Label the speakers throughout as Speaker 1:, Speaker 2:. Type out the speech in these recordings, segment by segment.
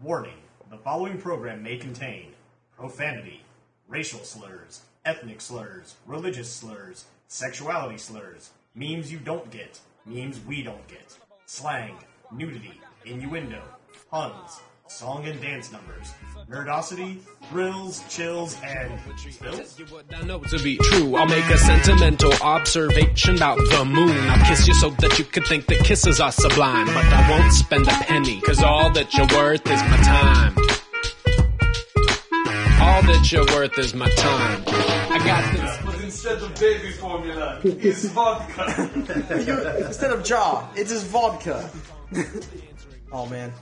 Speaker 1: Warning the following program may contain profanity, racial slurs, ethnic slurs, religious slurs, sexuality slurs, memes you don't get, memes we don't get, slang, nudity, innuendo, puns, song and dance numbers, nerdosity, thrills, chills, and spills?
Speaker 2: You would not know to be true. I'll make a sentimental observation about the moon. I'll kiss you so that you could think that kisses are sublime. But I won't spend a penny, cause all that you're worth is my time. All that you're worth is my time. I got this.
Speaker 3: But instead of baby formula, it's vodka.
Speaker 4: Instead of jaw, it's just vodka. oh man,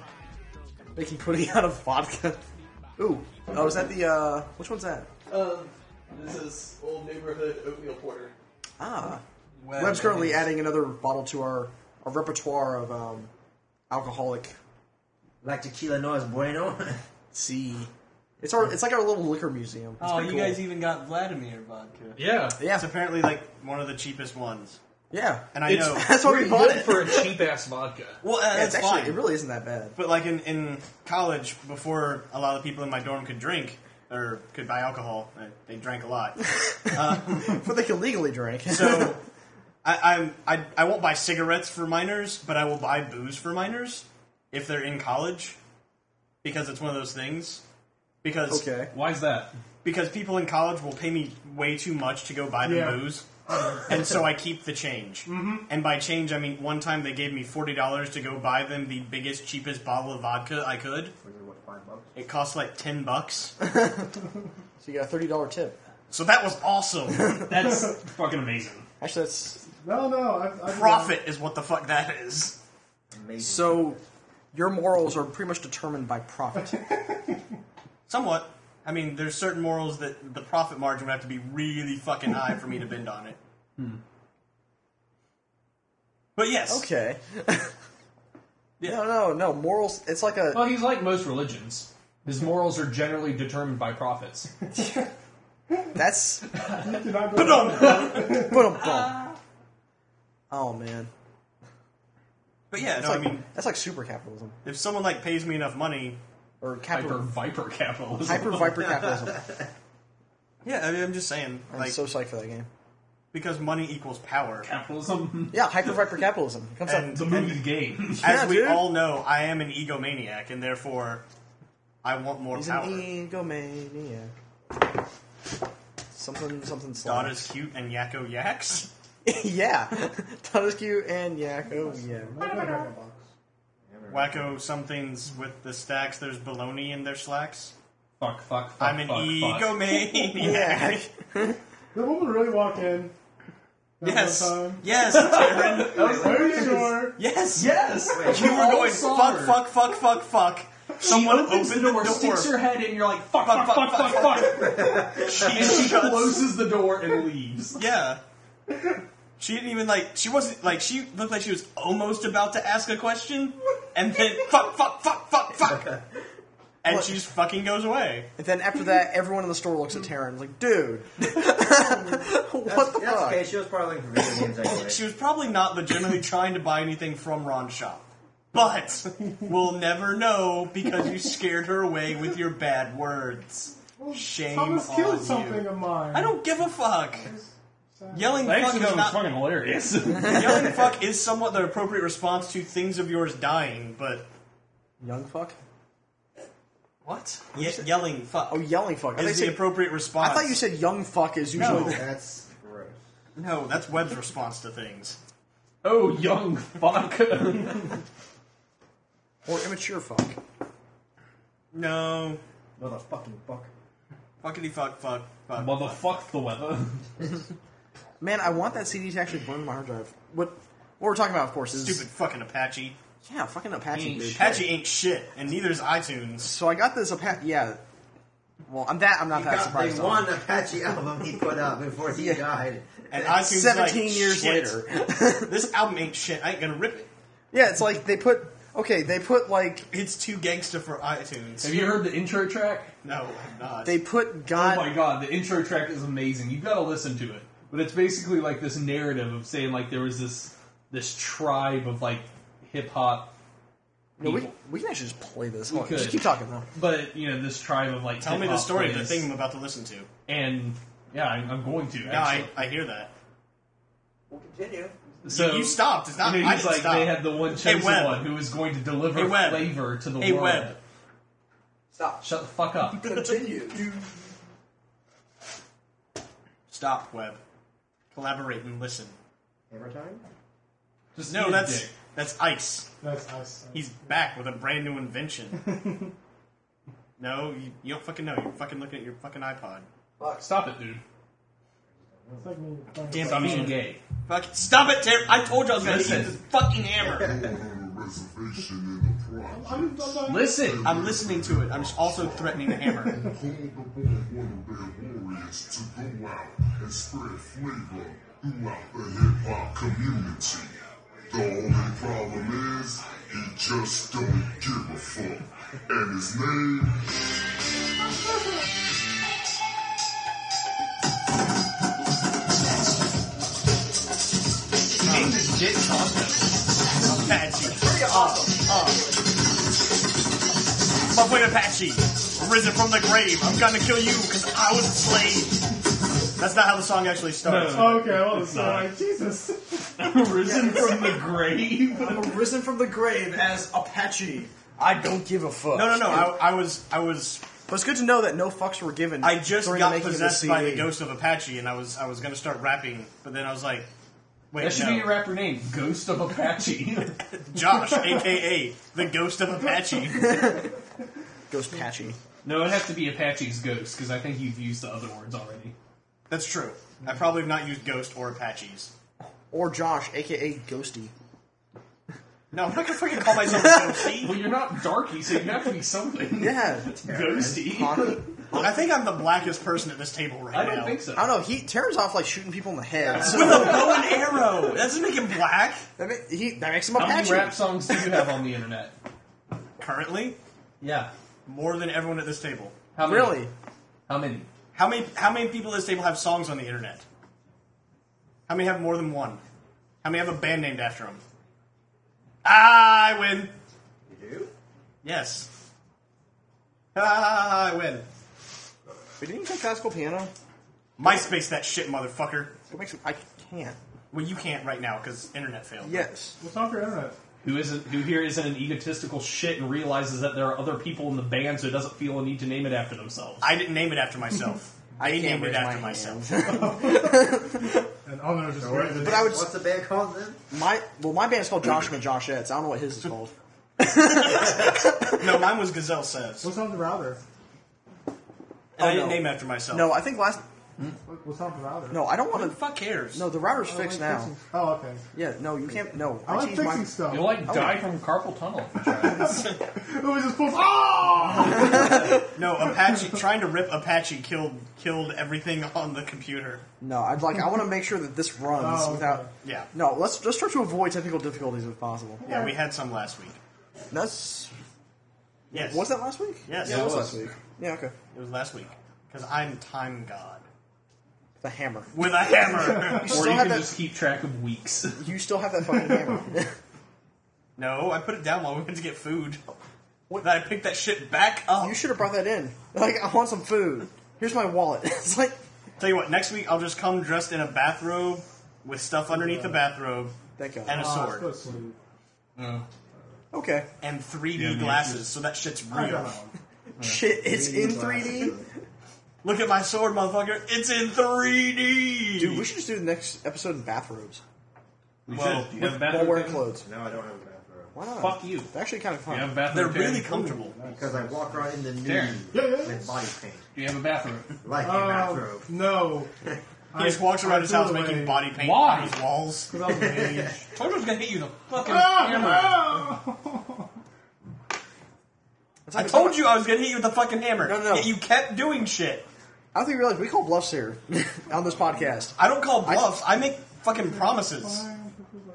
Speaker 4: making pudding out of vodka. Ooh, oh, is that the uh? Which one's that?
Speaker 5: Um, this is old neighborhood oatmeal porter.
Speaker 4: Ah, Webb's currently adding another bottle to our, our repertoire of um, alcoholic
Speaker 6: Like tequila no es bueno.
Speaker 4: C. It's our it's like our little liquor museum. It's
Speaker 7: Oh,
Speaker 4: pretty
Speaker 7: you
Speaker 4: cool.
Speaker 7: guys even got Vladimir vodka.
Speaker 3: Yeah.
Speaker 4: yeah,
Speaker 1: It's apparently like one of the cheapest ones.
Speaker 4: yeah.
Speaker 1: And I
Speaker 3: It's-
Speaker 1: know.
Speaker 4: That's why we
Speaker 3: Pretty
Speaker 4: bought
Speaker 3: good
Speaker 4: it.
Speaker 3: for a cheap ass vodka.
Speaker 7: Well, uh,
Speaker 4: Yeah,
Speaker 7: that's
Speaker 4: it's actually
Speaker 7: fine.
Speaker 4: it really isn't that bad.
Speaker 1: But like in, in college, before a lot of the people in my dorm could drink or could buy alcohol, uh, they drank a lot.
Speaker 4: But they can legally drink.
Speaker 1: So I, I'm I, I won't buy cigarettes for minors, but I will buy booze for minors if they're in college, because it's one of those things. Because
Speaker 4: okay.
Speaker 3: Why is that?
Speaker 1: because people in college will pay me way too much to go buy them booze,
Speaker 3: Mm-hmm.
Speaker 1: and so I keep the change. Mm-hmm. And by change, I mean one time they gave me forty dollars to go buy them the biggest, cheapest bottle of vodka I could. It cost like ten bucks,
Speaker 4: So you got a thirty dollar tip.
Speaker 1: so that was awesome.
Speaker 3: That's fucking amazing.
Speaker 4: Actually, that's
Speaker 5: No, no, I've, I've
Speaker 1: Profit is what the fuck that is.
Speaker 6: Amazing.
Speaker 4: so. Your morals are pretty much determined by profit.
Speaker 1: Somewhat. I mean, there's certain morals that the profit margin would have to be really fucking high for me to bend on it.
Speaker 3: Hmm.
Speaker 1: But yes,
Speaker 4: Okay. No, no, no. Morals. It's like a.
Speaker 3: Well, he's like most religions. His morals are generally determined by profits.
Speaker 4: That's.
Speaker 5: did not
Speaker 1: Put
Speaker 5: go
Speaker 1: on-
Speaker 4: Boom, boom. Oh man,
Speaker 1: But yeah, no,
Speaker 4: that's
Speaker 1: I
Speaker 4: like,
Speaker 1: mean,
Speaker 4: that's like super capitalism
Speaker 1: if someone like pays me enough money,
Speaker 4: or
Speaker 3: Hyper
Speaker 4: capital
Speaker 3: viper capitalism.
Speaker 4: hyper viper capitalism.
Speaker 1: yeah, I mean, I'm just saying,
Speaker 4: I'm
Speaker 1: like,
Speaker 4: so psyched for that game.
Speaker 1: because money equals power.
Speaker 3: capitalism.
Speaker 4: Yeah, hyper viper capitalism. It comes
Speaker 1: And,
Speaker 3: The
Speaker 4: up.
Speaker 3: movie's gay.
Speaker 1: as
Speaker 4: Yeah,
Speaker 1: we
Speaker 4: dude.
Speaker 1: all know, I am an egomaniac, and therefore, I want more
Speaker 4: He's
Speaker 1: power.
Speaker 4: an e- egomaniac. Something something
Speaker 1: God
Speaker 4: slow.
Speaker 1: is cute and Yakko yaks.
Speaker 4: yeah, Tadasku and Yakko. Yeah.
Speaker 1: Wacko somethings with the stacks. There's baloney in their slacks.
Speaker 3: fuck, fuck, fuck.
Speaker 1: I'm an
Speaker 3: fuck, fuck.
Speaker 1: egomaniac.
Speaker 4: Yeah.
Speaker 5: The woman really walked in. that one time.
Speaker 1: Yes, Taryn.
Speaker 5: Are you sure?
Speaker 1: Yes.
Speaker 3: Yes!
Speaker 1: You were
Speaker 3: all
Speaker 1: going
Speaker 3: saw
Speaker 1: fuck,
Speaker 3: her.
Speaker 1: fuck, fuck, fuck, fuck. Someone
Speaker 3: opens the
Speaker 1: opened
Speaker 3: door, sticks her head in, you're like, fuck, fuck,
Speaker 1: Fuck,
Speaker 3: fuck,
Speaker 1: fuck,
Speaker 3: fuck, fuck. And she
Speaker 1: shuts.
Speaker 3: closes the door and leaves.
Speaker 1: Yeah. She didn't even like. She wasn't like. She looked like she was almost about to ask a question, and then fuck, fuck, fuck, fuck, fuck, and she just fucking goes away.
Speaker 4: And then after that, everyone in the store looks at Taryn like, dude,
Speaker 6: that's,
Speaker 4: what the
Speaker 6: that's
Speaker 4: fuck?
Speaker 6: okay. She was probably looking for video games anyway.
Speaker 1: She was probably not legitimately trying to buy anything from Ron's shop, but we'll never know because you scared her away with your bad words. Shame
Speaker 5: Thomas
Speaker 1: on
Speaker 5: killed
Speaker 1: you.
Speaker 5: something of mine.
Speaker 1: I don't give a fuck. Yelling fuck
Speaker 3: Actually, that
Speaker 1: is
Speaker 3: was
Speaker 1: not
Speaker 3: fucking hilarious.
Speaker 1: Yelling fuck is somewhat the appropriate response to things of yours dying, but
Speaker 4: Young fuck.
Speaker 1: what? Ye- yelling fuck
Speaker 4: Oh, yelling fuck. I, thought you
Speaker 1: is the
Speaker 4: said,
Speaker 1: appropriate response.
Speaker 4: I thought you said young fuck is usually.
Speaker 1: No.
Speaker 6: That's gross.
Speaker 1: no. That's Webb's response to things.
Speaker 3: oh, young fuck.
Speaker 4: Or immature fuck.
Speaker 1: No,
Speaker 6: Motherfucking fuck.
Speaker 1: fuckity fuck fuck fuck.
Speaker 3: Motherfuck the weather.
Speaker 4: Man, I want that CD to actually burn my hard drive. What what we're talking about, of course, is
Speaker 1: Stupid fucking Apache.
Speaker 4: yeah, fucking Apache, dude.
Speaker 1: Apache ain't shit, and neither is iTunes.
Speaker 4: So I got this Apache. Yeah. Well, I'm that. I'm not that
Speaker 6: Got
Speaker 4: surprised.
Speaker 6: the
Speaker 4: on.
Speaker 6: one Apache album he put out before he died.
Speaker 1: And iTunes is like,
Speaker 4: Seventeen years
Speaker 1: "Shit,
Speaker 4: later.
Speaker 1: this album ain't shit. I ain't gonna rip it.
Speaker 4: yeah, it's like they put. Okay, they put like
Speaker 1: It's too gangsta for iTunes.
Speaker 3: Have you heard the intro track?
Speaker 1: No, I'm not.
Speaker 4: they put
Speaker 3: Oh
Speaker 4: God.
Speaker 3: my god, the intro track is amazing. You've got to listen to it. But it's basically like this narrative of saying like there was this this tribe of like hip hop
Speaker 4: No, we,
Speaker 3: people.
Speaker 4: we can actually just play this. Hold on,
Speaker 3: could.
Speaker 4: Just keep talking though.
Speaker 3: But you know, this tribe of like
Speaker 1: Tell me the
Speaker 3: hip-hop
Speaker 1: story of the
Speaker 3: players-
Speaker 1: thing I'm about to listen to.
Speaker 3: And yeah, I'm, I'm going to.
Speaker 1: Yeah,
Speaker 3: actually.
Speaker 1: I, I hear that.
Speaker 6: We'll continue.
Speaker 3: so
Speaker 1: you stopped. It's not.
Speaker 3: You know,
Speaker 1: I
Speaker 3: he's
Speaker 1: didn't
Speaker 3: like
Speaker 1: stop.
Speaker 3: they had the one chosen
Speaker 1: Webb.
Speaker 3: one who was going to deliver
Speaker 1: Hey, Webb.
Speaker 3: flavor to the
Speaker 1: Hey,
Speaker 3: world.
Speaker 1: Webb.
Speaker 6: Stop.
Speaker 3: Shut the fuck up.
Speaker 6: Continue.
Speaker 1: Stop, Webb. Collaborate and listen.
Speaker 6: Hammer time?
Speaker 3: Just be
Speaker 1: No,
Speaker 3: a
Speaker 1: that's
Speaker 3: dick.
Speaker 1: that's Ice.
Speaker 5: That's nice.
Speaker 1: He's back with a brand new invention. no, you, you don't fucking know. You're fucking looking at your fucking iPod.
Speaker 3: stop it, dude.
Speaker 5: It's like me.
Speaker 1: Damn
Speaker 3: Stop
Speaker 1: it,
Speaker 3: being
Speaker 1: Ian.
Speaker 3: gay.
Speaker 1: Fuck! Stop it, Terry! I told you I was gonna eat
Speaker 3: Listen.
Speaker 1: this fucking hammer.
Speaker 8: reservation in the project.
Speaker 5: I'm, I'm not-
Speaker 3: Listen,
Speaker 1: I'm listening to it. I'm just also threatening the hammer.
Speaker 8: Called upon one of their warriors to go out and spread flavor throughout the hip hop community. The only problem is he just don't give a fuck. And his name
Speaker 1: Name this shit Tonto. Apache. Pretty awesome. Uh. But wait, Apache, risen from the grave. I'm gonna kill you because I was a slave. That's not how the song actually starts.
Speaker 5: Oh, okay, well, it's alright. Jesus.
Speaker 3: risen from the grave.
Speaker 4: I'm risen from the grave as Apache. I don't give a fuck.
Speaker 1: No, no, no. I, I was, I was,
Speaker 4: But it's good to know that no fucks were given.
Speaker 1: I just
Speaker 4: during the
Speaker 1: got
Speaker 4: making
Speaker 1: possessed
Speaker 4: of
Speaker 1: by the
Speaker 4: CD.
Speaker 1: ghost of Apache, and I was, I was gonna start rapping, but then I was like, wait,
Speaker 3: That should
Speaker 1: no.
Speaker 3: be your rapper name, Ghost of Apache.
Speaker 1: Josh, aka the ghost of Apache.
Speaker 4: Ghost Patchy.
Speaker 3: no, it'd have to be Apache's Ghost because I think you've used the other words already.
Speaker 1: That's true. I probably have not used ghost or Apaches.
Speaker 4: Or Josh, aka Ghosty.
Speaker 1: No, I'm not gonna freaking call myself a ghosty.
Speaker 3: Well, you're not darky, so you have to be something.
Speaker 4: Yeah.
Speaker 3: Ghosty.
Speaker 4: Honey.
Speaker 1: I think I'm the blackest person at this table right
Speaker 3: I
Speaker 1: now.
Speaker 3: don't think so.
Speaker 4: I don't know, he Terran's off like shooting people in the head. So
Speaker 1: With a bow and arrow. That doesn't make him black.
Speaker 4: that, ma- he, that makes him
Speaker 3: How many
Speaker 4: Apache.
Speaker 3: rap songs do you have on the internet?
Speaker 1: Currently,
Speaker 3: Yeah.
Speaker 1: more than everyone at this table.
Speaker 3: How many?
Speaker 4: Really?
Speaker 3: How many?
Speaker 1: How many? How many people at this table have songs on the internet? How many have more than one? How many have a band named after them? I win.
Speaker 6: You do?
Speaker 1: Yes. I win.
Speaker 4: Wait, didn't you play classical piano?
Speaker 1: MySpace that shit, motherfucker.
Speaker 4: It makes him, I can't.
Speaker 1: Well, you can't right now because internet failed.
Speaker 4: Yes.
Speaker 5: What's off your internet?
Speaker 3: Who isn't? Who here isn't an egotistical shit and realizes that there are other people in the band, so doesn't feel a need to name it after themselves?
Speaker 1: I didn't name it after myself. I
Speaker 4: can't
Speaker 1: named it
Speaker 4: raise
Speaker 1: after
Speaker 4: my
Speaker 1: myself.
Speaker 5: And I'm gonna just
Speaker 6: Or is it-
Speaker 4: But I would-
Speaker 6: What's the band called then?
Speaker 4: My well, my band's called Joshua Josh Eds. I don't know what his is called.
Speaker 1: No, mine was Gazelle Says.
Speaker 5: What's on the router?
Speaker 1: And I
Speaker 4: Oh,
Speaker 1: didn't
Speaker 4: no.
Speaker 1: name after myself.
Speaker 4: No, I think last.
Speaker 5: What- What's on the router?
Speaker 4: No, I don't want
Speaker 1: the
Speaker 4: to.
Speaker 1: fuck cares?
Speaker 4: No, the router's fixed
Speaker 5: I'm
Speaker 4: now.
Speaker 5: fixing- Oh, okay.
Speaker 4: Yeah, no, you can't. No,
Speaker 5: I like
Speaker 4: changed
Speaker 5: fixing
Speaker 4: my-
Speaker 5: stuff.
Speaker 3: You'll like die from carpal tunnel. if you try it.
Speaker 5: It was just pulls. Oh!
Speaker 1: No, Apache trying to rip Apache killed killed everything on the computer.
Speaker 4: No, I'd like. I want to make sure that this runs
Speaker 5: Oh, okay.
Speaker 4: without.
Speaker 1: Yeah.
Speaker 4: No, let's let's try to avoid technical difficulties if possible.
Speaker 1: Yeah, we had some last week.
Speaker 4: That's
Speaker 1: Yes.
Speaker 4: was that last week.
Speaker 1: Yes,
Speaker 4: yeah,
Speaker 1: it
Speaker 4: that was
Speaker 1: was.
Speaker 4: last week. Yeah, okay.
Speaker 1: It was last week. Because I'm time god.
Speaker 4: The hammer.
Speaker 1: With a hammer.
Speaker 3: or
Speaker 4: still
Speaker 3: you
Speaker 4: have
Speaker 3: can
Speaker 4: that-
Speaker 3: just keep track of weeks.
Speaker 4: You still have that fucking hammer.
Speaker 1: no, I put it down while we went to get food.
Speaker 4: What-
Speaker 1: Then I picked that shit back up.
Speaker 4: you should have brought that in. Like, I want some food. Here's my wallet. It's like
Speaker 1: Tell you what, next week I'll just come dressed in a bathrobe with stuff underneath the bathrobe
Speaker 4: thank God.
Speaker 1: and a
Speaker 5: Oh, it's
Speaker 1: sword
Speaker 5: so sweet.
Speaker 4: Okay.
Speaker 1: and 3D
Speaker 3: Yeah, man,
Speaker 1: glasses, so that shit's
Speaker 5: I
Speaker 1: real.
Speaker 5: got one.
Speaker 4: Shit, it's in 3D.
Speaker 1: Look at my sword, motherfucker. It's in 3D.
Speaker 4: Dude, we should just do the next episode in bathrobes.
Speaker 1: well,
Speaker 3: Do you have a
Speaker 4: While
Speaker 3: bathroom?
Speaker 4: wearing
Speaker 3: table?
Speaker 4: clothes.
Speaker 6: No, I don't have a bathroom.
Speaker 4: Why not?
Speaker 3: Fuck you.
Speaker 4: They're actually kind of
Speaker 3: Do
Speaker 4: fun.
Speaker 3: you have a bathroom?
Speaker 1: they're
Speaker 3: table?
Speaker 1: really comfortable.
Speaker 6: Because I walk around in the nude
Speaker 3: Darren.
Speaker 5: Yeah, yeah.
Speaker 6: with body paint.
Speaker 3: Do you have a bathroom?
Speaker 6: Like a
Speaker 5: Oh,
Speaker 6: bathrobe.
Speaker 5: no.
Speaker 1: He just walks around his house making body paint
Speaker 3: Why?
Speaker 1: on his walls.
Speaker 5: Because I was an age.
Speaker 1: Told you I was gonna hit you the fucking hammer.
Speaker 5: Ah, no!
Speaker 1: I told you I was gonna hit you with the fucking hammer.
Speaker 4: No, no, no.
Speaker 1: Yet you kept doing shit.
Speaker 4: I don't think you realize we call bluffs here on this podcast.
Speaker 1: I don't call bluffs. I, make fucking promises.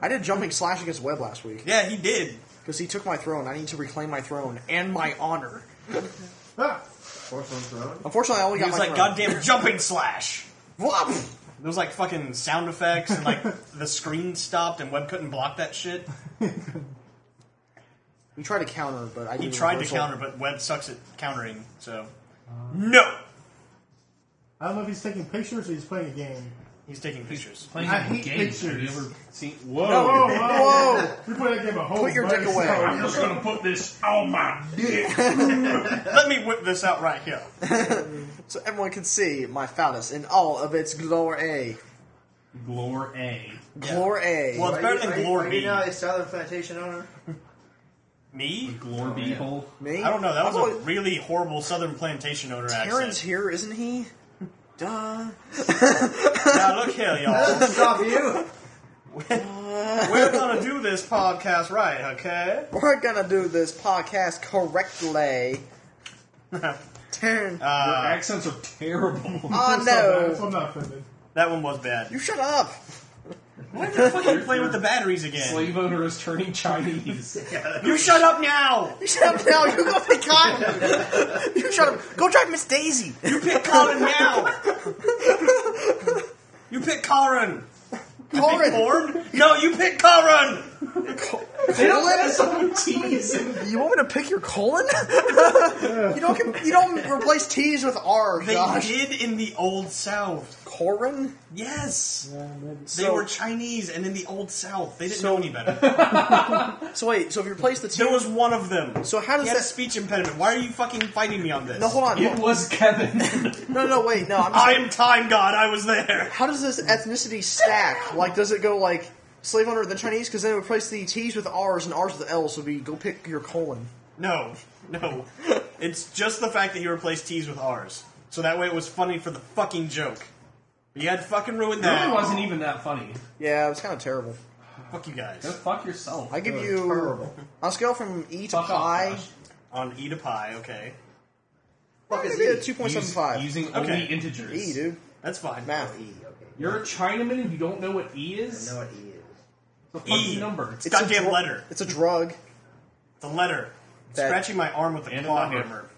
Speaker 4: I did jumping slash against Webb last week
Speaker 1: Yeah, he did.
Speaker 4: because he took my throne. I need to reclaim my throne and my honor.
Speaker 5: Ah,
Speaker 6: Porcelain throne.
Speaker 4: Unfortunately, I only
Speaker 1: He
Speaker 4: got
Speaker 1: was
Speaker 4: my
Speaker 1: like,
Speaker 4: throne.
Speaker 1: goddamn jumping slash.
Speaker 4: Whoop!
Speaker 1: There was like fucking sound effects and like the screen stopped and Webb couldn't block that shit.
Speaker 4: He tried to counter, but I
Speaker 1: He
Speaker 4: did a
Speaker 1: tried to
Speaker 4: reversal.
Speaker 1: counter, but Webb sucks at countering, so. No!
Speaker 5: I don't know if he's taking pictures or he's playing a game.
Speaker 1: He's taking pictures.
Speaker 3: Playing
Speaker 5: I hate
Speaker 3: games. Have you
Speaker 5: pictures.
Speaker 3: ever seen? Whoa!
Speaker 5: Whoa,
Speaker 4: No.
Speaker 5: whoa!
Speaker 4: Whoa.
Speaker 5: We played that game a whole
Speaker 4: Put your
Speaker 5: bunch,
Speaker 4: dick away.
Speaker 5: so-
Speaker 3: I'm just gonna put this on my dick.
Speaker 1: Let me whip this out right here.
Speaker 4: So everyone can see my phallus in all of its glory.
Speaker 3: Glore A.
Speaker 4: Glory.
Speaker 1: Well, it's
Speaker 6: Are
Speaker 1: better
Speaker 6: you- are
Speaker 1: than
Speaker 6: you- Are
Speaker 1: glory.
Speaker 6: you now a silent plantation owner?
Speaker 1: Me?
Speaker 3: Glore B hole.
Speaker 4: Me?
Speaker 1: I don't know. That was
Speaker 4: I'm
Speaker 1: a
Speaker 4: always-
Speaker 1: really horrible Southern plantation owner
Speaker 4: Aaron's
Speaker 1: accent.
Speaker 4: here, isn't he? Duh.
Speaker 1: Now look here, y'all.
Speaker 6: Stop you!
Speaker 1: We're gonna do this podcast right, okay?
Speaker 4: We're gonna do this podcast correctly.
Speaker 1: Uh,
Speaker 4: Turn.
Speaker 3: Your Uh, accents are terrible.
Speaker 4: oh
Speaker 5: so
Speaker 4: no!
Speaker 5: I'm not offended.
Speaker 1: That one was bad.
Speaker 4: You shut up.
Speaker 1: Why the fuck are you playing with the batteries again?
Speaker 3: Slave owner is turning Chinese.
Speaker 1: You shut up now!
Speaker 4: You shut up now. You go play cotton. you shut up. Go drive Miss Daisy.
Speaker 1: You pick Colin now! You pick Corin! Pick
Speaker 4: Corin.
Speaker 1: Corn? No, you pick Corin!
Speaker 4: Colon? You want me to pick your colon? you don't. com- You don't replace T's with R.
Speaker 1: They
Speaker 4: Gosh.
Speaker 1: did in the Old South.
Speaker 4: Corin.
Speaker 1: Yes! they
Speaker 4: So-
Speaker 1: were Chinese and in the Old South. They didn't
Speaker 4: So-
Speaker 1: know any better.
Speaker 4: So wait. So if you replace the T,
Speaker 1: There was one of them.
Speaker 4: So how does
Speaker 1: he had a
Speaker 4: that-
Speaker 1: speech impediment. Why are you fucking fighting me on this?
Speaker 4: no, hold on.
Speaker 3: it was Kevin.
Speaker 4: No, no, wait. No, I'm. Just,
Speaker 1: I am Time God, I was there!
Speaker 4: how does this ethnicity stack? Like, does it go like slave owner the Chinese? Because then it replace the T's with R's and R's with L's would be go pick your colon.
Speaker 1: No, no. it's just the fact that you replaced T's with R's. So that way it was funny for the fucking joke. You had fucking ruined
Speaker 3: It
Speaker 1: that.
Speaker 3: really wasn't even that funny.
Speaker 4: Yeah, it was kind of terrible.
Speaker 1: Fuck you
Speaker 3: Go
Speaker 1: guys.
Speaker 3: fuck yourself.
Speaker 4: I give you
Speaker 6: terrible.
Speaker 4: on a scale from E to
Speaker 3: fuck
Speaker 4: pi.
Speaker 3: off. Josh.
Speaker 1: On eat a pie, okay.
Speaker 6: Fuck is
Speaker 4: Maybe a
Speaker 6: he?
Speaker 4: two point seven
Speaker 3: Use-
Speaker 4: five.
Speaker 3: Using
Speaker 1: Okay.
Speaker 3: only integers.
Speaker 4: E, dude.
Speaker 1: That's fine.
Speaker 4: Math.
Speaker 6: E, okay.
Speaker 3: You're a Chinaman and you don't know what E
Speaker 6: I
Speaker 3: is?
Speaker 6: know what E is.
Speaker 3: It's a fucking
Speaker 1: E.
Speaker 3: number.
Speaker 1: It's goddamn
Speaker 4: a dr-
Speaker 1: letter.
Speaker 4: It's a drug.
Speaker 1: The letter.
Speaker 4: That-
Speaker 1: Scratching my arm with a
Speaker 3: And a
Speaker 1: claw
Speaker 3: number.
Speaker 1: hammer.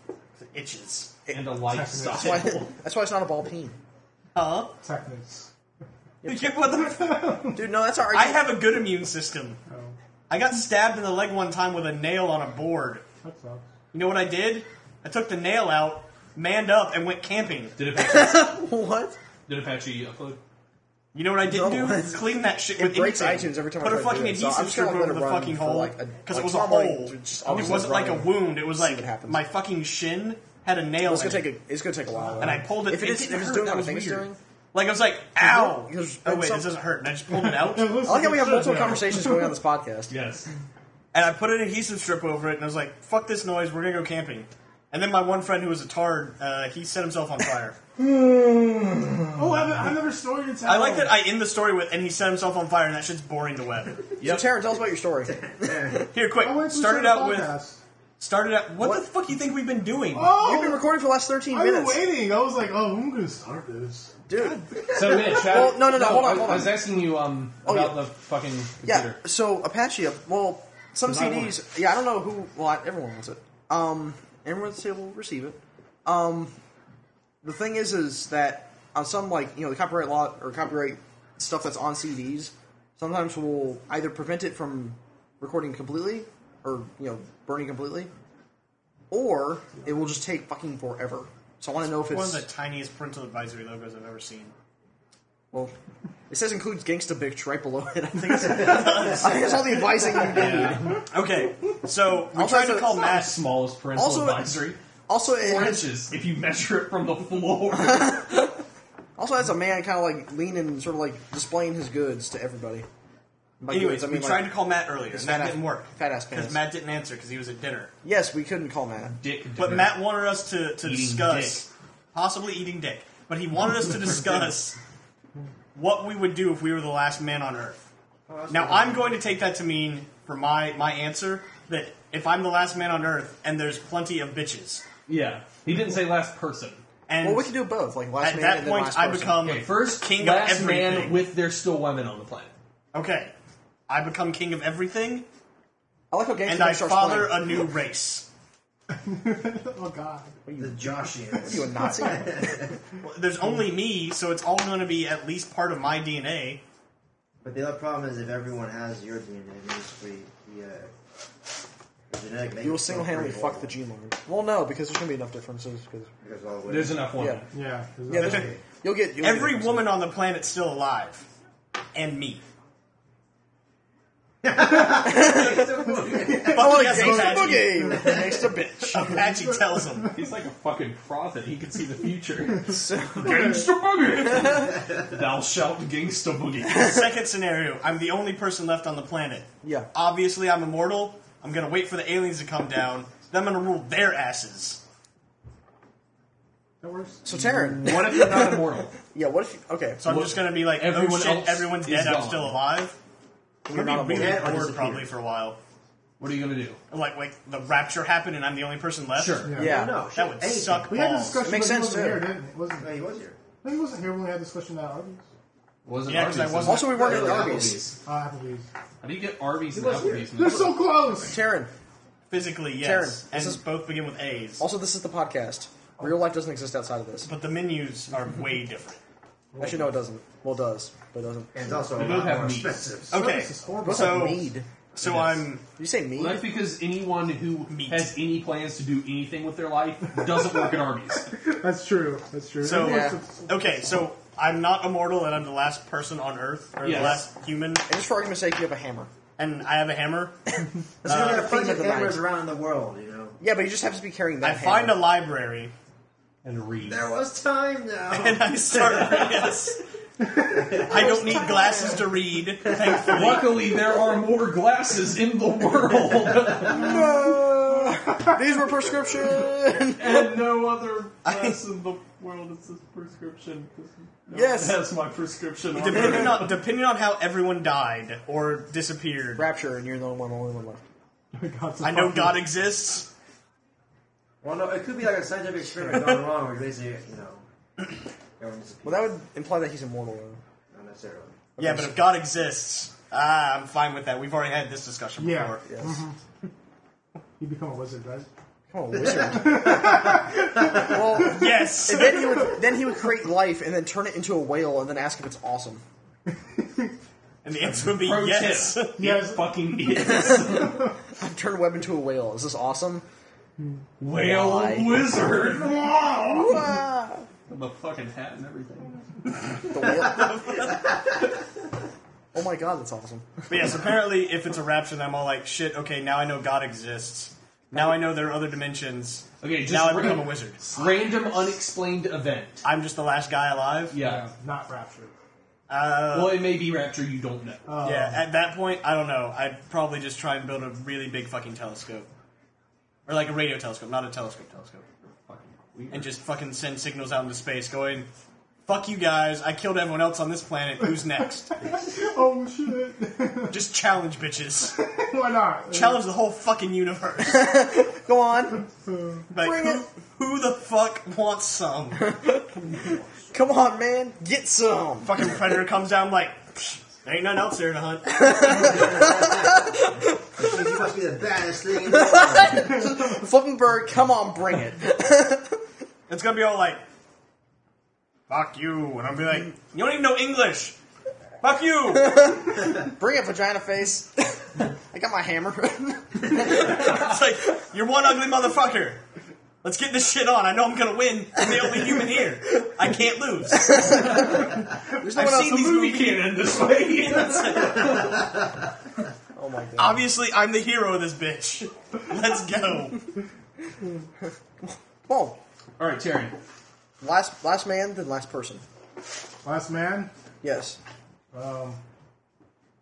Speaker 1: It itches.
Speaker 3: and a life
Speaker 4: That's why,
Speaker 3: cycle.
Speaker 4: that's why it's not a ball peen.
Speaker 1: Huh?
Speaker 5: Technics.
Speaker 1: Yeah, what the fuck?
Speaker 4: Dude, no, that's our
Speaker 1: I
Speaker 4: argument.
Speaker 1: have a good immune system. I got stabbed in the leg one time with a nail on a board.
Speaker 5: That's
Speaker 4: Mm.
Speaker 5: all.
Speaker 1: You know what I did? I took the nail out, manned up, and went camping.
Speaker 3: Did Apache,
Speaker 4: what?
Speaker 3: did Apache upload?
Speaker 1: You know what I didn't
Speaker 4: No,
Speaker 1: do?
Speaker 4: it's-
Speaker 1: Clean that shit
Speaker 4: it
Speaker 1: with
Speaker 4: breaks
Speaker 1: anything.
Speaker 4: iTunes every time I
Speaker 1: Put a
Speaker 4: try to do
Speaker 1: fucking
Speaker 4: it, so I'm
Speaker 1: adhesive
Speaker 4: just
Speaker 1: strip
Speaker 4: gonna let
Speaker 1: over
Speaker 4: it
Speaker 1: the
Speaker 4: run
Speaker 1: fucking
Speaker 4: for,
Speaker 1: hole
Speaker 4: like,
Speaker 1: because
Speaker 4: a-
Speaker 1: it
Speaker 4: like,
Speaker 1: was a
Speaker 4: tomorrow morning,
Speaker 1: hole.
Speaker 4: to just
Speaker 1: And
Speaker 4: always
Speaker 1: it
Speaker 4: let
Speaker 1: wasn't
Speaker 4: it
Speaker 1: like a
Speaker 4: run.
Speaker 1: wound. It was
Speaker 4: See
Speaker 1: like
Speaker 4: what happens.
Speaker 1: my fucking shin had a nail.
Speaker 4: It's
Speaker 1: in
Speaker 4: gonna
Speaker 1: it.
Speaker 4: take a, it's gonna take a while.
Speaker 1: and I pulled it.
Speaker 4: If it
Speaker 1: it
Speaker 4: is-
Speaker 1: didn't
Speaker 4: if it's
Speaker 1: hurt,
Speaker 4: doing
Speaker 1: that
Speaker 4: what I
Speaker 1: was
Speaker 4: think it's
Speaker 1: weird.
Speaker 4: doing.
Speaker 1: Like I was like, ow!
Speaker 4: it- 'cause
Speaker 1: Oh
Speaker 4: it's
Speaker 1: wait,
Speaker 4: some-
Speaker 1: it doesn't hurt. And I just pulled it out,
Speaker 5: I
Speaker 1: and
Speaker 4: I like how we have multiple conversations going on in this podcast.
Speaker 3: Yes.
Speaker 1: I put an adhesive strip over it, and I was like, fuck this noise, we're gonna go camping. And then my one friend who was a tard, uh, he set himself on fire.
Speaker 4: Hmm.
Speaker 5: Oh, I've, I've never snorted in town.
Speaker 1: I
Speaker 4: Oh.
Speaker 1: like that I end the story with, and he set himself on fire, and that shit's boring to web.
Speaker 4: So, Taryn, tell us about your story.
Speaker 1: Here, quick,
Speaker 5: I went to
Speaker 1: started
Speaker 5: the
Speaker 1: out with,
Speaker 5: podcast.
Speaker 1: started out, what, the fuck you think we've been doing?
Speaker 5: Oh,
Speaker 4: You've been recording for the last 13
Speaker 5: I've been
Speaker 4: minutes.
Speaker 5: waiting. I was like, oh, I'm gonna start this.
Speaker 4: Dude.
Speaker 3: So Mitch, I,
Speaker 4: Well, Oh, no, no, no, hold on,
Speaker 3: I,
Speaker 4: hold
Speaker 3: I
Speaker 4: on.
Speaker 3: was asking you um
Speaker 4: Oh,
Speaker 3: about
Speaker 4: yeah.
Speaker 3: the fucking
Speaker 4: Yeah,
Speaker 3: computer.
Speaker 4: so Apache, uh, well, some
Speaker 3: Not one.
Speaker 4: CDs, yeah, I don't know who, well, I- everyone wants it. Um, everyone at the table will receive it. Um, the thing is, is that on some, like, you know, the copyright law or copyright stuff that's on CDs, sometimes will either prevent it from recording completely or, you know, burning completely, or it will just take fucking forever. So I want to know if
Speaker 1: One of
Speaker 4: it's,
Speaker 1: the tiniest parental advisory logos I've ever seen.
Speaker 4: well, it says includes Gangsta Bitch right below it. I think it's, I think it's all the advising you need.
Speaker 1: Okay, so we
Speaker 4: Also,
Speaker 1: tried
Speaker 4: so
Speaker 1: to
Speaker 4: it's
Speaker 1: call
Speaker 4: not
Speaker 1: Matt.
Speaker 3: Smallest parental
Speaker 4: Also,
Speaker 3: advisory.
Speaker 4: Also, it
Speaker 3: Four
Speaker 4: has,
Speaker 3: inches if you measure it from the floor.
Speaker 4: also has a man kind of like leaning, sort of like displaying his goods to everybody. By
Speaker 1: Anyways,
Speaker 4: goods, I mean
Speaker 1: we
Speaker 4: like,
Speaker 1: tried to call Matt earlier, and
Speaker 4: fat
Speaker 1: that
Speaker 4: ass-
Speaker 1: didn't work.
Speaker 4: fat ass
Speaker 1: Because
Speaker 4: pants.
Speaker 1: Matt didn't answer because he was at dinner.
Speaker 4: Yes, we couldn't call Matt.
Speaker 3: Dick.
Speaker 1: But
Speaker 3: dinner.
Speaker 1: Matt wanted us to, to
Speaker 3: Eating
Speaker 1: discuss possibly eating dick. But he wanted us to discuss what we would do if we were the last man on Earth.
Speaker 4: Oh,
Speaker 1: now I'm going to take that to mean for my my answer that if I'm the last man on Earth and there's plenty of bitches,
Speaker 3: Yeah. He didn't say last person.
Speaker 1: and
Speaker 4: Well, we could do both, like last
Speaker 1: at
Speaker 4: man
Speaker 1: that
Speaker 4: and then
Speaker 1: point
Speaker 4: last
Speaker 1: I
Speaker 4: person.
Speaker 1: become
Speaker 3: Okay, first
Speaker 1: king
Speaker 3: last
Speaker 1: of everything.
Speaker 3: man with there's still women on the planet.
Speaker 1: okay, I become king of everything,
Speaker 4: I like how Gangsta
Speaker 1: and
Speaker 4: Bitch
Speaker 1: I
Speaker 4: starts
Speaker 1: father
Speaker 4: playing.
Speaker 1: a new race.
Speaker 5: Oh God.
Speaker 6: The Joshians.
Speaker 4: you a Nazi?
Speaker 1: There's only me, so it's all going to be at least part of my DNA.
Speaker 6: But the other problem is if everyone has your DNA, it means we, we uh, genetic makeup.
Speaker 4: You will single-handedly fuck the gene line. Well, no, because there's gonna be enough differences. Because
Speaker 6: Because all the way.
Speaker 3: There's enough women.
Speaker 4: yeah,
Speaker 5: Yeah.
Speaker 4: yeah, there's- you'll get you'll get
Speaker 1: Every
Speaker 4: differences.
Speaker 1: woman on the planet's still alive. And me.
Speaker 6: It's
Speaker 4: I want
Speaker 1: Yes,
Speaker 4: to
Speaker 1: Apache.
Speaker 4: game. Next a bitch.
Speaker 1: Apache tells him.
Speaker 3: He's like a fucking prophet. He can see the future.
Speaker 4: So,
Speaker 3: gangsta boogie. Thou shalt gangsta boogie.
Speaker 1: Second scenario, I'm the only person left on the planet.
Speaker 4: Yeah.
Speaker 1: Obviously, I'm immortal. I'm gonna wait for the aliens to come down. Then I'm gonna rule their asses.
Speaker 5: That works.
Speaker 4: so Taryn.
Speaker 3: What if you're not immortal?
Speaker 4: Yeah. What if? You, okay.
Speaker 1: So I'm
Speaker 3: Well,
Speaker 1: just gonna be like,
Speaker 3: everyone
Speaker 1: oh shit,
Speaker 3: else
Speaker 1: everyone's
Speaker 3: is
Speaker 1: dead. I'm
Speaker 3: gone.
Speaker 1: still alive. We're
Speaker 4: not
Speaker 1: gonna be
Speaker 4: immortal.
Speaker 1: dead
Speaker 6: Dead or
Speaker 1: bored
Speaker 6: disappeared.
Speaker 1: probably for a while.
Speaker 3: What are you gonna do?
Speaker 1: Like, like the rapture happened and I'm the only person left.
Speaker 3: Sure.
Speaker 5: Yeah.
Speaker 4: Yeah.
Speaker 6: No, shit.
Speaker 1: That would
Speaker 6: anything.
Speaker 1: suck
Speaker 5: We had a
Speaker 1: balls.
Speaker 5: discussion.
Speaker 4: Makes
Speaker 5: but he
Speaker 4: sense,
Speaker 5: wasn't
Speaker 4: too.
Speaker 5: Here, didn't he? Wasn't,
Speaker 6: No, he was here.
Speaker 5: no, he wasn't here when we had this question at Arby's.
Speaker 3: Wasn't
Speaker 1: Yeah, 'cause I
Speaker 3: Arby's,
Speaker 1: wasn't-
Speaker 4: Also, we weren't at Arby's.
Speaker 6: Applebee's.
Speaker 5: Uh, Applebee's.
Speaker 3: How do you get Arby's and
Speaker 6: wasn't
Speaker 3: Applebee's?
Speaker 5: They're
Speaker 3: mixed
Speaker 5: so
Speaker 3: up?
Speaker 5: close.
Speaker 4: Taryn.
Speaker 1: Physically,
Speaker 4: Taryn,
Speaker 1: yes.
Speaker 4: this
Speaker 1: and
Speaker 4: is-
Speaker 1: both begin with A's.
Speaker 4: Also, this is the podcast. Real life doesn't exist outside of this.
Speaker 1: but the menus are way different.
Speaker 4: Actually, no, it doesn't. Well, it does, but it doesn't.
Speaker 6: And it's also a
Speaker 3: both
Speaker 6: lot
Speaker 3: have
Speaker 6: more
Speaker 3: meat.
Speaker 6: expensive. Uh,
Speaker 1: Okay.
Speaker 5: Service is horrible.
Speaker 4: What's
Speaker 1: So-
Speaker 4: that mead?
Speaker 1: So I'm
Speaker 4: You say mead?
Speaker 3: That's because anyone who
Speaker 1: Meat.
Speaker 3: has any plans to do anything with their life doesn't work at Arby's.
Speaker 5: That's true. That's true.
Speaker 1: So
Speaker 4: Yeah.
Speaker 1: okay, so I'm not immortal and I'm the last person on Earth or
Speaker 3: Yes.
Speaker 1: the last human,
Speaker 4: And just for argument's sake, you have a hammer.
Speaker 1: and I have a hammer.
Speaker 4: That's
Speaker 6: There
Speaker 4: not
Speaker 6: are
Speaker 4: the theme
Speaker 6: plenty
Speaker 4: of
Speaker 6: of
Speaker 4: the
Speaker 6: cameras
Speaker 4: night.
Speaker 6: around the world, you know.
Speaker 4: Yeah, but you just have to be carrying that
Speaker 1: I
Speaker 4: hammer.
Speaker 1: find a library
Speaker 3: And read.
Speaker 6: There was time now.
Speaker 1: and I start. yes, I don't need glasses to read. Thankfully,
Speaker 3: Luckily, there are more glasses in the world,
Speaker 4: No! These were prescription!
Speaker 3: and no other glass in the world is this prescription.
Speaker 4: Yes.
Speaker 3: that's my prescription. on it.
Speaker 1: depending on depending on how everyone died or disappeared,
Speaker 4: Rapture, and you're the only one, only one left.
Speaker 5: God's a
Speaker 1: I know
Speaker 5: fucking-
Speaker 1: God exists.
Speaker 6: well, no, it could be like a scientific experiment gone wrong where they say, you know, everyone
Speaker 4: Well, that would imply that he's immortal, though.
Speaker 6: not necessarily.
Speaker 1: Yeah, but if God exists, ah, I'm fine with that. We've already had this discussion
Speaker 5: Yeah.
Speaker 1: before.
Speaker 4: Yes.
Speaker 5: You become a wizard, right?
Speaker 4: Come on, wizard. well,
Speaker 1: Yes.
Speaker 4: and then he would then he would create life and then turn it into a whale and then ask if it's awesome.
Speaker 1: and the answer would be
Speaker 3: Pro
Speaker 1: yes.
Speaker 3: tip. It
Speaker 5: Yes.
Speaker 3: fucking is.
Speaker 4: I've turned web into a whale. Is this awesome?
Speaker 3: Whale
Speaker 4: Why?
Speaker 3: wizard. Wow.
Speaker 4: Ah,
Speaker 3: The fucking hat and everything.
Speaker 4: the whale. oh my god, that's awesome.
Speaker 1: But yes, apparently, if it's a rapture, then I'm all like, shit, okay, now I know God exists. Now I know there are other dimensions.
Speaker 3: Okay, just
Speaker 1: now I
Speaker 3: ra-
Speaker 1: become a wizard.
Speaker 3: Random unexplained event.
Speaker 1: I'm just the last guy alive.
Speaker 3: Yeah.
Speaker 5: Not rapture.
Speaker 3: Well, it may be rapture. You don't know.
Speaker 1: Yeah, at that point, I don't know. I'd probably just try and build a really big fucking telescope. Or like a radio telescope, not a telescope telescope.
Speaker 3: Fucking weird.
Speaker 1: And just fucking send signals out into space going, fuck you guys, I killed everyone else on this planet, who's next?
Speaker 5: Oh shit!
Speaker 1: just challenge bitches.
Speaker 5: Why not?
Speaker 1: Challenge the whole fucking universe.
Speaker 4: Go on.
Speaker 1: Like,
Speaker 4: Bring
Speaker 1: who,
Speaker 4: it.
Speaker 1: who the fuck wants some?
Speaker 4: Come on, man. Get some.
Speaker 1: fucking predator comes down like, "Psh, there ain't nothing else there to hunt.
Speaker 6: Jeez, you must be the baddest thing in the world.
Speaker 4: Fucking bird, come on, bring it.
Speaker 1: It's gonna be all like, fuck you. And I'll be like, you don't even know English. Fuck you.
Speaker 4: Bring it, vagina face. I got my hammer.
Speaker 1: It's like, you're one ugly motherfucker. Let's get this shit on. I know I'm gonna win. I'm the only human here. I can't lose.
Speaker 4: There's no
Speaker 1: I've
Speaker 4: one else.
Speaker 1: seen these
Speaker 3: movie
Speaker 1: movies.
Speaker 3: can't end this way.
Speaker 4: Oh my god.
Speaker 1: Obviously, I'm the hero of this bitch. Let's go.
Speaker 4: Well,
Speaker 3: All right, Terry.
Speaker 4: last last man, then last person.
Speaker 5: Last man. Um,
Speaker 4: Yes,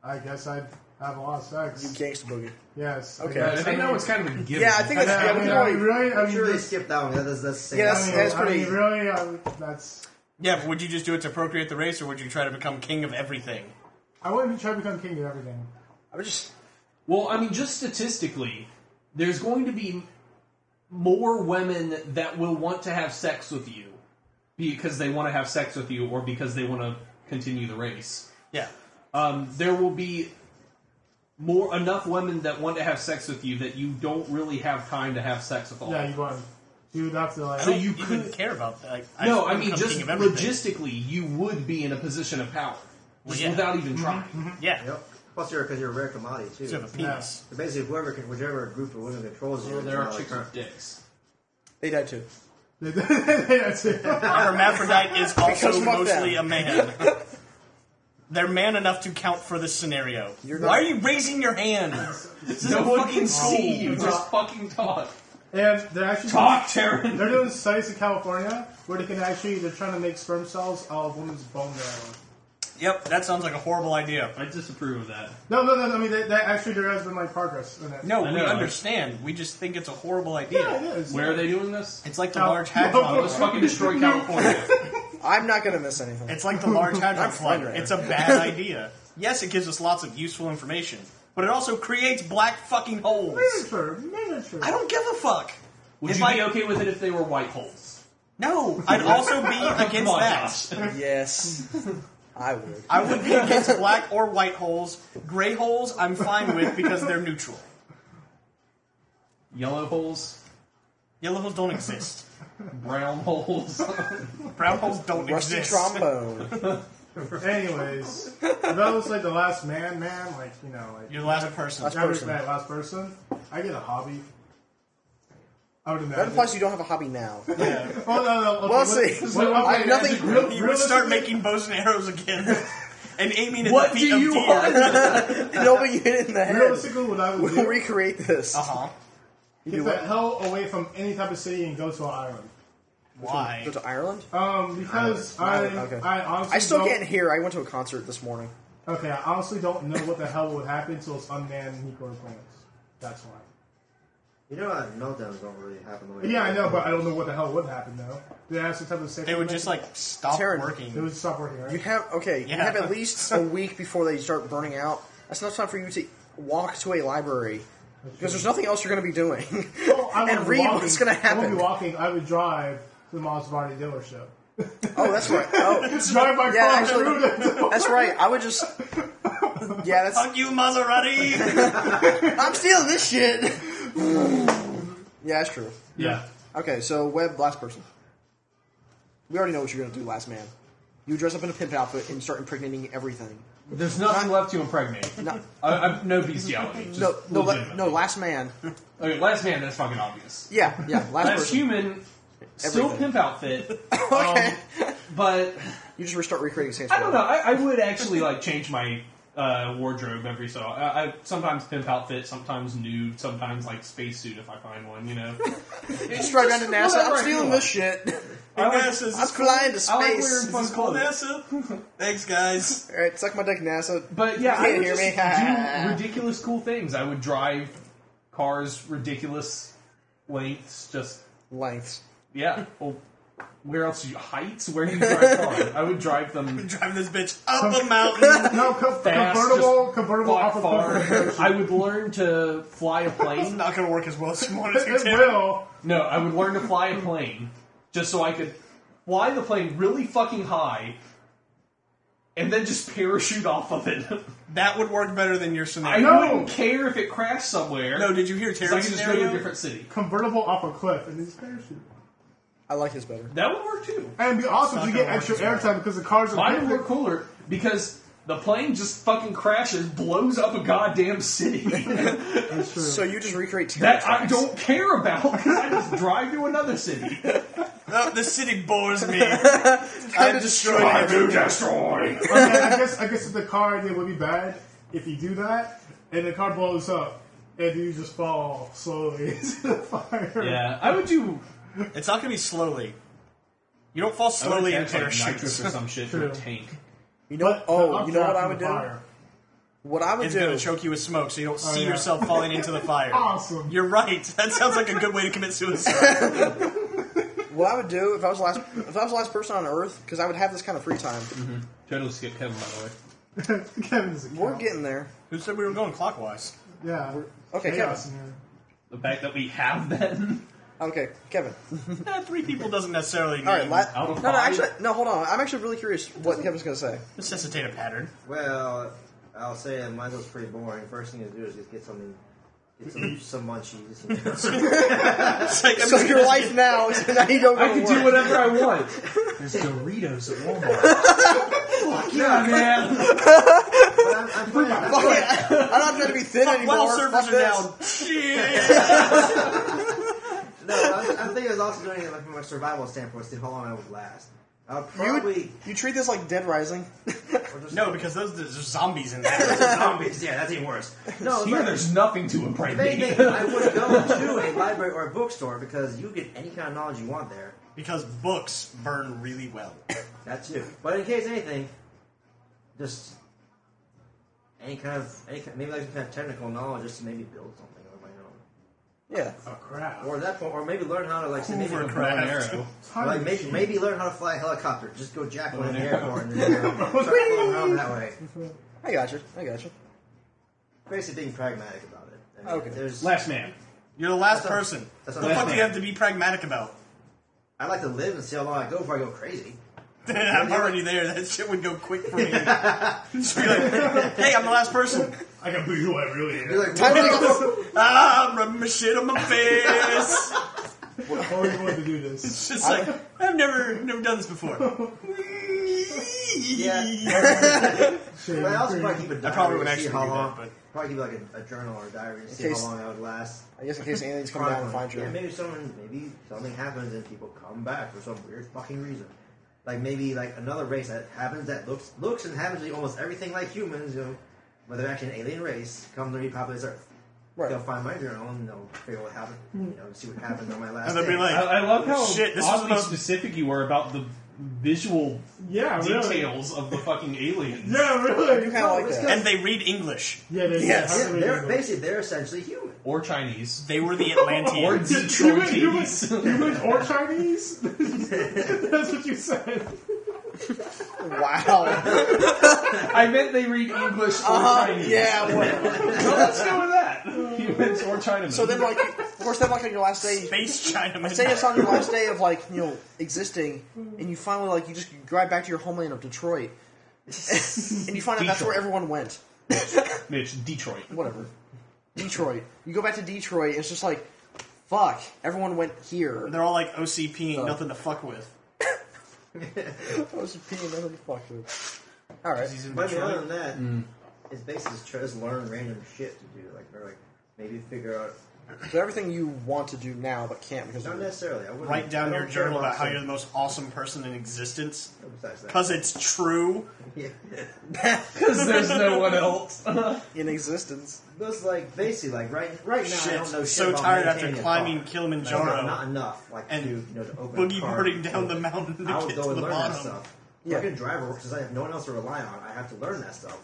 Speaker 5: I guess I'd have a lot of sex.
Speaker 4: gangsta boogie.
Speaker 5: Yes. I
Speaker 4: Okay.
Speaker 5: guess.
Speaker 3: I think that one's kind of a given.
Speaker 4: Yeah, I think that's
Speaker 5: I
Speaker 4: yeah,
Speaker 5: mean,
Speaker 4: we
Speaker 5: I
Speaker 4: can
Speaker 5: mean,
Speaker 4: really,
Speaker 5: really, I
Speaker 6: I'm
Speaker 5: mean,
Speaker 6: sure they
Speaker 5: this-
Speaker 6: skipped that one. That is, that's the same.
Speaker 4: Yeah,
Speaker 5: I
Speaker 4: that's-
Speaker 5: mean,
Speaker 4: that's
Speaker 5: I mean,
Speaker 4: pretty-
Speaker 5: really, I mean, that's.
Speaker 1: Yeah, but would you just do it to procreate the race, or would you try to become king of everything?
Speaker 5: I wouldn't even try to become king of everything.
Speaker 4: I'm just
Speaker 3: Well, I mean, just statistically, there's going to be more women that will want to have sex with you because they want to have sex with you or because they want to continue the race.
Speaker 1: Yeah.
Speaker 3: Um, there will be more enough women that want to have sex with you that you don't really have time to have sex with all.
Speaker 5: Yeah, you wouldn't. You would have to like.
Speaker 3: So you
Speaker 1: You couldn't
Speaker 3: could.
Speaker 1: care about that. Like,
Speaker 3: No,
Speaker 1: just
Speaker 3: I mean,
Speaker 1: become
Speaker 3: just
Speaker 1: king of everything.
Speaker 3: logistically, you would be in a position of power just
Speaker 1: yeah. mm-hmm.
Speaker 3: without even trying.
Speaker 1: Yeah.
Speaker 6: Yep. Plus, you're because you're a rare commodity too.
Speaker 1: You have a penis.
Speaker 6: So basically, whoever can, whichever group of women controls you,
Speaker 3: Well, there are
Speaker 6: it's
Speaker 3: chicks
Speaker 6: not
Speaker 3: with dicks.
Speaker 4: They died too.
Speaker 5: That's it.
Speaker 1: Hermaphrodite is also
Speaker 4: Because fuck
Speaker 1: mostly
Speaker 4: them.
Speaker 1: a man. They're man enough to count for this scenario.
Speaker 4: not-
Speaker 7: Why are you raising your hands? This is
Speaker 3: No
Speaker 7: a
Speaker 3: one
Speaker 7: fucking
Speaker 3: can see
Speaker 7: school.
Speaker 3: you. Just fucking talk.
Speaker 5: And they're actually
Speaker 3: Talk, Taryn.
Speaker 5: they're doing sites in California where they can actually they're trying to make sperm cells out of women's bone marrow.
Speaker 1: Yep, that sounds like a horrible idea.
Speaker 3: I disapprove of that.
Speaker 5: No, no, no. I mean, that, that actually there has been like progress in that.
Speaker 1: No,
Speaker 3: I
Speaker 1: we
Speaker 3: know.
Speaker 1: understand. We just think it's a horrible idea.
Speaker 5: yeah, it is.
Speaker 3: Where are they doing this?
Speaker 1: It's like the
Speaker 5: No.
Speaker 1: large hadron.
Speaker 3: Let's fucking destroy California.
Speaker 4: I'm not gonna miss anything.
Speaker 1: It's like the large hadron
Speaker 4: I'm fine
Speaker 1: collider.
Speaker 4: right
Speaker 1: It's a bad idea. Yes, it gives us lots of useful information, but it also creates black fucking holes.
Speaker 5: miniature, miniature.
Speaker 1: I don't give a fuck.
Speaker 3: Would
Speaker 1: If
Speaker 3: you
Speaker 1: I-
Speaker 3: be okay with it if they were white holes?
Speaker 1: No, I'd also be
Speaker 3: Come
Speaker 1: against
Speaker 3: on,
Speaker 1: that.
Speaker 3: Josh.
Speaker 4: Yes, I would.
Speaker 1: I would be against black or white holes. Gray holes, I'm fine with because they're neutral.
Speaker 3: Yellow holes,
Speaker 1: Yellow holes don't exist.
Speaker 3: brown holes.
Speaker 1: Brown holes don't
Speaker 4: Rusty
Speaker 1: exist.
Speaker 4: trombone.
Speaker 5: Anyways, if I was like the last man, man, like you know, like
Speaker 1: You're the last person.
Speaker 4: That's-
Speaker 5: average
Speaker 4: person.
Speaker 5: man, last person, I get a hobby. I would
Speaker 4: That
Speaker 5: imagine.
Speaker 4: implies you don't have a hobby now.
Speaker 5: Oh no, no. Okay,
Speaker 4: We'll
Speaker 5: what-
Speaker 4: see.
Speaker 5: what-
Speaker 4: I
Speaker 5: okay,
Speaker 4: have nothing.
Speaker 5: actually,
Speaker 4: real-
Speaker 5: real-
Speaker 1: You would start
Speaker 5: realistically-
Speaker 1: making bows and arrows again and aiming at
Speaker 3: what
Speaker 1: the
Speaker 3: do
Speaker 1: feet
Speaker 3: you
Speaker 1: of deer.
Speaker 3: want?
Speaker 4: Nobody hit in the head.
Speaker 5: Realistically, what I would
Speaker 4: We'll
Speaker 5: do
Speaker 4: recreate this.
Speaker 1: Uh-huh.
Speaker 5: get the hell away from any type of city and go to an island.
Speaker 1: Why?
Speaker 4: Go to Ireland.
Speaker 5: Um, because I,
Speaker 4: Ireland, okay.
Speaker 5: I honestly
Speaker 4: I still
Speaker 5: don't,
Speaker 4: can't hear. I went to a concert this morning.
Speaker 5: Okay, I honestly don't know what the hell would happen to those unmanned microplanes. That's why.
Speaker 6: You know, uh, meltdowns don't really happen the way.
Speaker 5: Yeah, I know, but I don't know what the hell would happen though. They have some type of safety.
Speaker 1: They would just like stop
Speaker 4: Taryn,
Speaker 5: They
Speaker 1: working.
Speaker 5: would stop working, right?
Speaker 4: You have okay. You
Speaker 1: Yeah.
Speaker 4: have at least a week before they start burning out. That's enough time for you to walk to a library because there's nothing else you're going to be doing.
Speaker 5: Oh, I
Speaker 4: and
Speaker 5: would
Speaker 4: read
Speaker 5: walk-
Speaker 4: what's going to
Speaker 5: I would
Speaker 4: happen.
Speaker 5: be walking. I would drive to the Maserati dealership.
Speaker 4: Oh, that's right. Oh,
Speaker 5: drive my
Speaker 4: yeah,
Speaker 5: car through the
Speaker 4: actually, that's right. I would just. Yeah, that's.
Speaker 1: Fuck you, Maserati!
Speaker 4: I'm stealing this shit. yeah, that's true.
Speaker 5: Yeah.
Speaker 4: Okay, so web last person. We already know what you're going to do, last man. You dress up in a pimp outfit and start impregnating everything.
Speaker 3: There's nothing left to impregnate.
Speaker 4: No,
Speaker 3: I, I, no bestiality. Just
Speaker 4: no, no, la-
Speaker 3: legitimate.
Speaker 4: no, last man.
Speaker 3: Okay, last man, that's fucking obvious.
Speaker 4: Yeah, yeah, last,
Speaker 3: Last
Speaker 4: person.
Speaker 3: human, still
Speaker 4: Everything.
Speaker 3: pimp outfit.
Speaker 4: Okay.
Speaker 3: Um, but
Speaker 4: You just start recreating Saints
Speaker 3: I don't
Speaker 4: Row.
Speaker 3: know. I, I would actually like change my uh, wardrobe every so. I, I sometimes pimp outfit, sometimes nude, sometimes like spacesuit if I find one. You know,
Speaker 4: Just drive down to
Speaker 3: Just
Speaker 4: NASA.
Speaker 3: whatever
Speaker 4: I'm
Speaker 3: I
Speaker 4: stealing
Speaker 3: feel
Speaker 4: this shit.
Speaker 1: Hey, NASA, is
Speaker 4: I'm
Speaker 1: this
Speaker 4: flying to
Speaker 3: I like wearing
Speaker 4: space.
Speaker 3: fun
Speaker 1: cool,
Speaker 3: clothes.
Speaker 1: NASA? Thanks, guys.
Speaker 4: All right, suck my dick, NASA.
Speaker 3: But yeah,
Speaker 4: You
Speaker 3: I
Speaker 4: can't
Speaker 3: would
Speaker 4: hear
Speaker 3: just
Speaker 4: me.
Speaker 3: do ridiculous cool things. I would drive cars ridiculous lengths. Just
Speaker 4: Lengths.
Speaker 3: yeah. Well, where else? Do you, heights? Where do you drive cars? I would drive them
Speaker 1: Driving this bitch up a mountain.
Speaker 5: No, co-
Speaker 3: fast.
Speaker 5: convertible,
Speaker 3: just
Speaker 5: convertible
Speaker 3: walk
Speaker 5: off of
Speaker 3: far. I would learn to fly a
Speaker 1: It's
Speaker 3: plane.
Speaker 1: not gonna work as well as you want it to.
Speaker 5: It
Speaker 1: Taryn.
Speaker 5: will.
Speaker 3: No, I would learn to fly a plane just so I could fly the plane really fucking high and then just parachute off of it.
Speaker 1: That would work better than your
Speaker 3: I
Speaker 1: scenario.
Speaker 5: No.
Speaker 3: wouldn't care if it crashed somewhere.
Speaker 1: No, did you hear
Speaker 3: so I
Speaker 1: Terry's
Speaker 3: could just go to a
Speaker 1: scenario?
Speaker 3: different city.
Speaker 5: Convertible off a cliff and these parachute.
Speaker 4: I like his better.
Speaker 3: That would work too.
Speaker 5: And it'd be awesome
Speaker 1: It's
Speaker 5: to
Speaker 1: not
Speaker 5: get
Speaker 1: gonna work
Speaker 5: extra
Speaker 1: as well.
Speaker 5: airtime because the cars are
Speaker 3: Mine would work cooler because the plane just fucking crashes, blows up a goddamn city
Speaker 5: That's true.
Speaker 4: So you just recreate Terry
Speaker 3: that I don't care about because I just drive to another city.
Speaker 1: Oh, this city bores me.
Speaker 4: kind of destroy
Speaker 1: destroy
Speaker 4: him.
Speaker 3: destroy.
Speaker 5: okay, I guess I guess if the car idea would be bad if you do that and the car blows up and you just fall slowly into the fire.
Speaker 3: Yeah, I would do
Speaker 1: It's not gonna be slowly. You don't fall
Speaker 3: I would
Speaker 1: slowly in
Speaker 3: attach, like,
Speaker 1: parachutes.
Speaker 3: nitrous or some shit to a
Speaker 5: True.
Speaker 3: tank.
Speaker 4: You know? Oh, you know what I would do?
Speaker 5: Fire.
Speaker 4: What I would
Speaker 1: It's gonna
Speaker 4: do.
Speaker 1: choke you with smoke, so you
Speaker 3: Oh,
Speaker 1: don't see
Speaker 5: yeah.
Speaker 1: yourself falling into the fire.
Speaker 5: Awesome.
Speaker 1: You're right. That sounds like a good way to commit suicide.
Speaker 4: What I would do if I was the last if I was the last person on Earth because I would have this kind of free time.
Speaker 3: Totally skip Kevin, by the way.
Speaker 5: Kevin's a
Speaker 4: We're
Speaker 5: cow.
Speaker 4: getting there.
Speaker 1: Who said we were going clockwise?
Speaker 5: yeah.
Speaker 4: Okay,
Speaker 5: chaos
Speaker 4: Kevin.
Speaker 5: in here.
Speaker 3: The fact that we have that.
Speaker 4: Okay, Kevin.
Speaker 1: Eh, three people doesn't necessarily mean
Speaker 4: All right, la-
Speaker 3: Out
Speaker 4: no,
Speaker 3: of
Speaker 4: no,
Speaker 3: five?
Speaker 4: actually, no. Hold on. I'm actually really curious what Kevin's gonna say.
Speaker 1: necessitate a pattern.
Speaker 6: Well, I'll say that mine was pretty boring. First thing to do is just get something, get some some munchies. and-
Speaker 1: It's like, I
Speaker 4: So
Speaker 1: mean,
Speaker 4: your life now. So now you don't go
Speaker 3: I
Speaker 4: to
Speaker 3: can
Speaker 4: work.
Speaker 3: do whatever I want.
Speaker 7: There's Doritos at Walmart.
Speaker 4: fuck
Speaker 6: Yeah,
Speaker 4: yeah.
Speaker 6: man. but I'm, I'm putting, I'm
Speaker 4: Fuck it. I'm not trying to be thin anymore.
Speaker 7: Well, servers
Speaker 4: Fuck
Speaker 7: are
Speaker 4: this.
Speaker 7: down.
Speaker 6: No, I'm, I'm thinking it's also doing it like from a survival standpoint. See how long I would last. I'll
Speaker 4: You, would-
Speaker 6: probably
Speaker 4: you treat this like Dead Rising.
Speaker 6: or just-
Speaker 1: No, because those there's zombies in there.
Speaker 6: They're zombies. Yeah, that's even worse. No,
Speaker 3: Here,
Speaker 6: but
Speaker 3: there's nothing to impregnate.
Speaker 6: they think I would go to a library or a bookstore because you get any kind of knowledge you want there.
Speaker 1: because books burn really well.
Speaker 6: That's you. But in case anything, just any kind of any kind, maybe like some kind of technical knowledge, just to maybe build something on my own,
Speaker 4: Yeah.
Speaker 5: Oh, crap.
Speaker 6: or at that point, or maybe learn how to like say maybe
Speaker 1: Hoovercraft.
Speaker 6: Like maybe, maybe learn how to fly a helicopter. Just go jack one in the airport and then uh, start flying around that way.
Speaker 4: I got you. I got you.
Speaker 6: Basically, being pragmatic about it. I
Speaker 4: Okay.
Speaker 6: There's,
Speaker 3: Last man.
Speaker 1: You're the last
Speaker 6: That's a-
Speaker 1: person.
Speaker 6: that's a
Speaker 1: the fuck
Speaker 6: nightmare.
Speaker 1: do you have to be pragmatic about?
Speaker 6: I'd like to live and see how long I go before I go crazy.
Speaker 1: I'm already there. That shit would go quick for me. Just be like, hey, I'm the last person.
Speaker 5: I can be who I really am.
Speaker 6: You're like,
Speaker 4: Time to
Speaker 6: "Whoa."
Speaker 4: go.
Speaker 1: Ah, I'm rubbing my shit on my face.
Speaker 5: How are you going to do this?
Speaker 1: It's just like I've never never done this before.
Speaker 6: yeah.
Speaker 5: Shit,
Speaker 6: But I also probably keep a diary.
Speaker 1: I probably would
Speaker 6: to see
Speaker 1: actually
Speaker 6: how
Speaker 1: do that,
Speaker 6: long,
Speaker 1: but-
Speaker 6: probably keep like a, a journal or a diary to see
Speaker 4: case-
Speaker 6: how long I would last.
Speaker 4: I guess in case aliens come down and find
Speaker 6: Yeah,
Speaker 4: you.
Speaker 6: maybe someone, maybe something happens and people come back for some weird fucking reason. Like maybe like another race that happens that looks looks and happens to be almost everything like humans, you know, but they're actually an alien race comes and repopulates Earth.
Speaker 4: Right.
Speaker 6: They'll find my journal and they'll figure out what happened, you know, see what happened on my last.
Speaker 1: And they'll be
Speaker 6: day.
Speaker 1: like,
Speaker 3: I, I love how
Speaker 1: Shit, this is
Speaker 3: oddly
Speaker 1: about-
Speaker 3: specific you were about the visual
Speaker 5: Yeah, really.
Speaker 3: details of the fucking aliens.
Speaker 5: Yeah,
Speaker 4: You
Speaker 5: really.
Speaker 4: kind
Speaker 6: No,
Speaker 4: of like
Speaker 6: it's
Speaker 4: that.
Speaker 6: good.
Speaker 1: and they read English.
Speaker 5: Yeah,
Speaker 4: Yes.
Speaker 5: they yeah,
Speaker 6: yeah,
Speaker 5: how do they
Speaker 6: they're
Speaker 5: do that?
Speaker 6: basically they're essentially human.
Speaker 3: Or Chinese.
Speaker 1: They were the
Speaker 3: Or
Speaker 1: Atlanteans.
Speaker 5: Human, human,
Speaker 3: Detroitese.
Speaker 5: human or Chinese? That's what you said.
Speaker 4: Wow.
Speaker 3: I meant they read English or Chinese.
Speaker 4: yeah. Whatever.
Speaker 3: Well, let's go with that. Humans or Chinamen.
Speaker 4: So then, like, of course, then, like, on your last day,
Speaker 1: Space
Speaker 4: say it's
Speaker 1: Chinaman.
Speaker 4: on your last day of like you know existing, and you finally like you just drive back to your homeland of Detroit, and you find out that's where
Speaker 3: Detroit.
Speaker 4: everyone went.
Speaker 3: Mitch, Detroit.
Speaker 4: Whatever, Detroit. You go back to Detroit, and it's just like, fuck, everyone went here.
Speaker 1: They're all like OCP,
Speaker 4: Oh.
Speaker 1: ain't nothing to fuck with.
Speaker 4: I was peeing, nothing to fuck with. All right,
Speaker 1: He's in
Speaker 6: But
Speaker 1: Detroit.
Speaker 6: other than that,
Speaker 4: Mm.
Speaker 6: it's basically just, try- just learn random shit to do, like or like maybe figure out.
Speaker 4: so everything you want to do now but can't because
Speaker 6: Not
Speaker 4: of
Speaker 6: necessarily. I wouldn't-
Speaker 1: Write
Speaker 6: I
Speaker 1: down
Speaker 6: don't
Speaker 1: your
Speaker 6: care
Speaker 1: journal about how
Speaker 6: something
Speaker 1: you're the most awesome person in existence.
Speaker 6: Besides that,
Speaker 1: Because it's true.
Speaker 6: Yeah.
Speaker 3: Because there's no one else.
Speaker 4: in existence.
Speaker 6: That's like basically like right right now. I
Speaker 1: Shit.
Speaker 6: don't know shit
Speaker 1: So
Speaker 6: about
Speaker 1: tired after
Speaker 6: maintaining a
Speaker 1: climbing
Speaker 6: car.
Speaker 1: Kilimanjaro
Speaker 6: Like, not enough. Like
Speaker 1: and
Speaker 6: to, you know, to open a
Speaker 1: Boogie
Speaker 6: car.
Speaker 1: boarding down the mountain to
Speaker 6: I would
Speaker 1: get
Speaker 6: go
Speaker 1: to
Speaker 6: and
Speaker 1: the
Speaker 6: learn
Speaker 1: bottom.
Speaker 6: that stuff.
Speaker 4: Yeah.
Speaker 6: Fucking driver because I have no one else to rely on. I have to learn that stuff.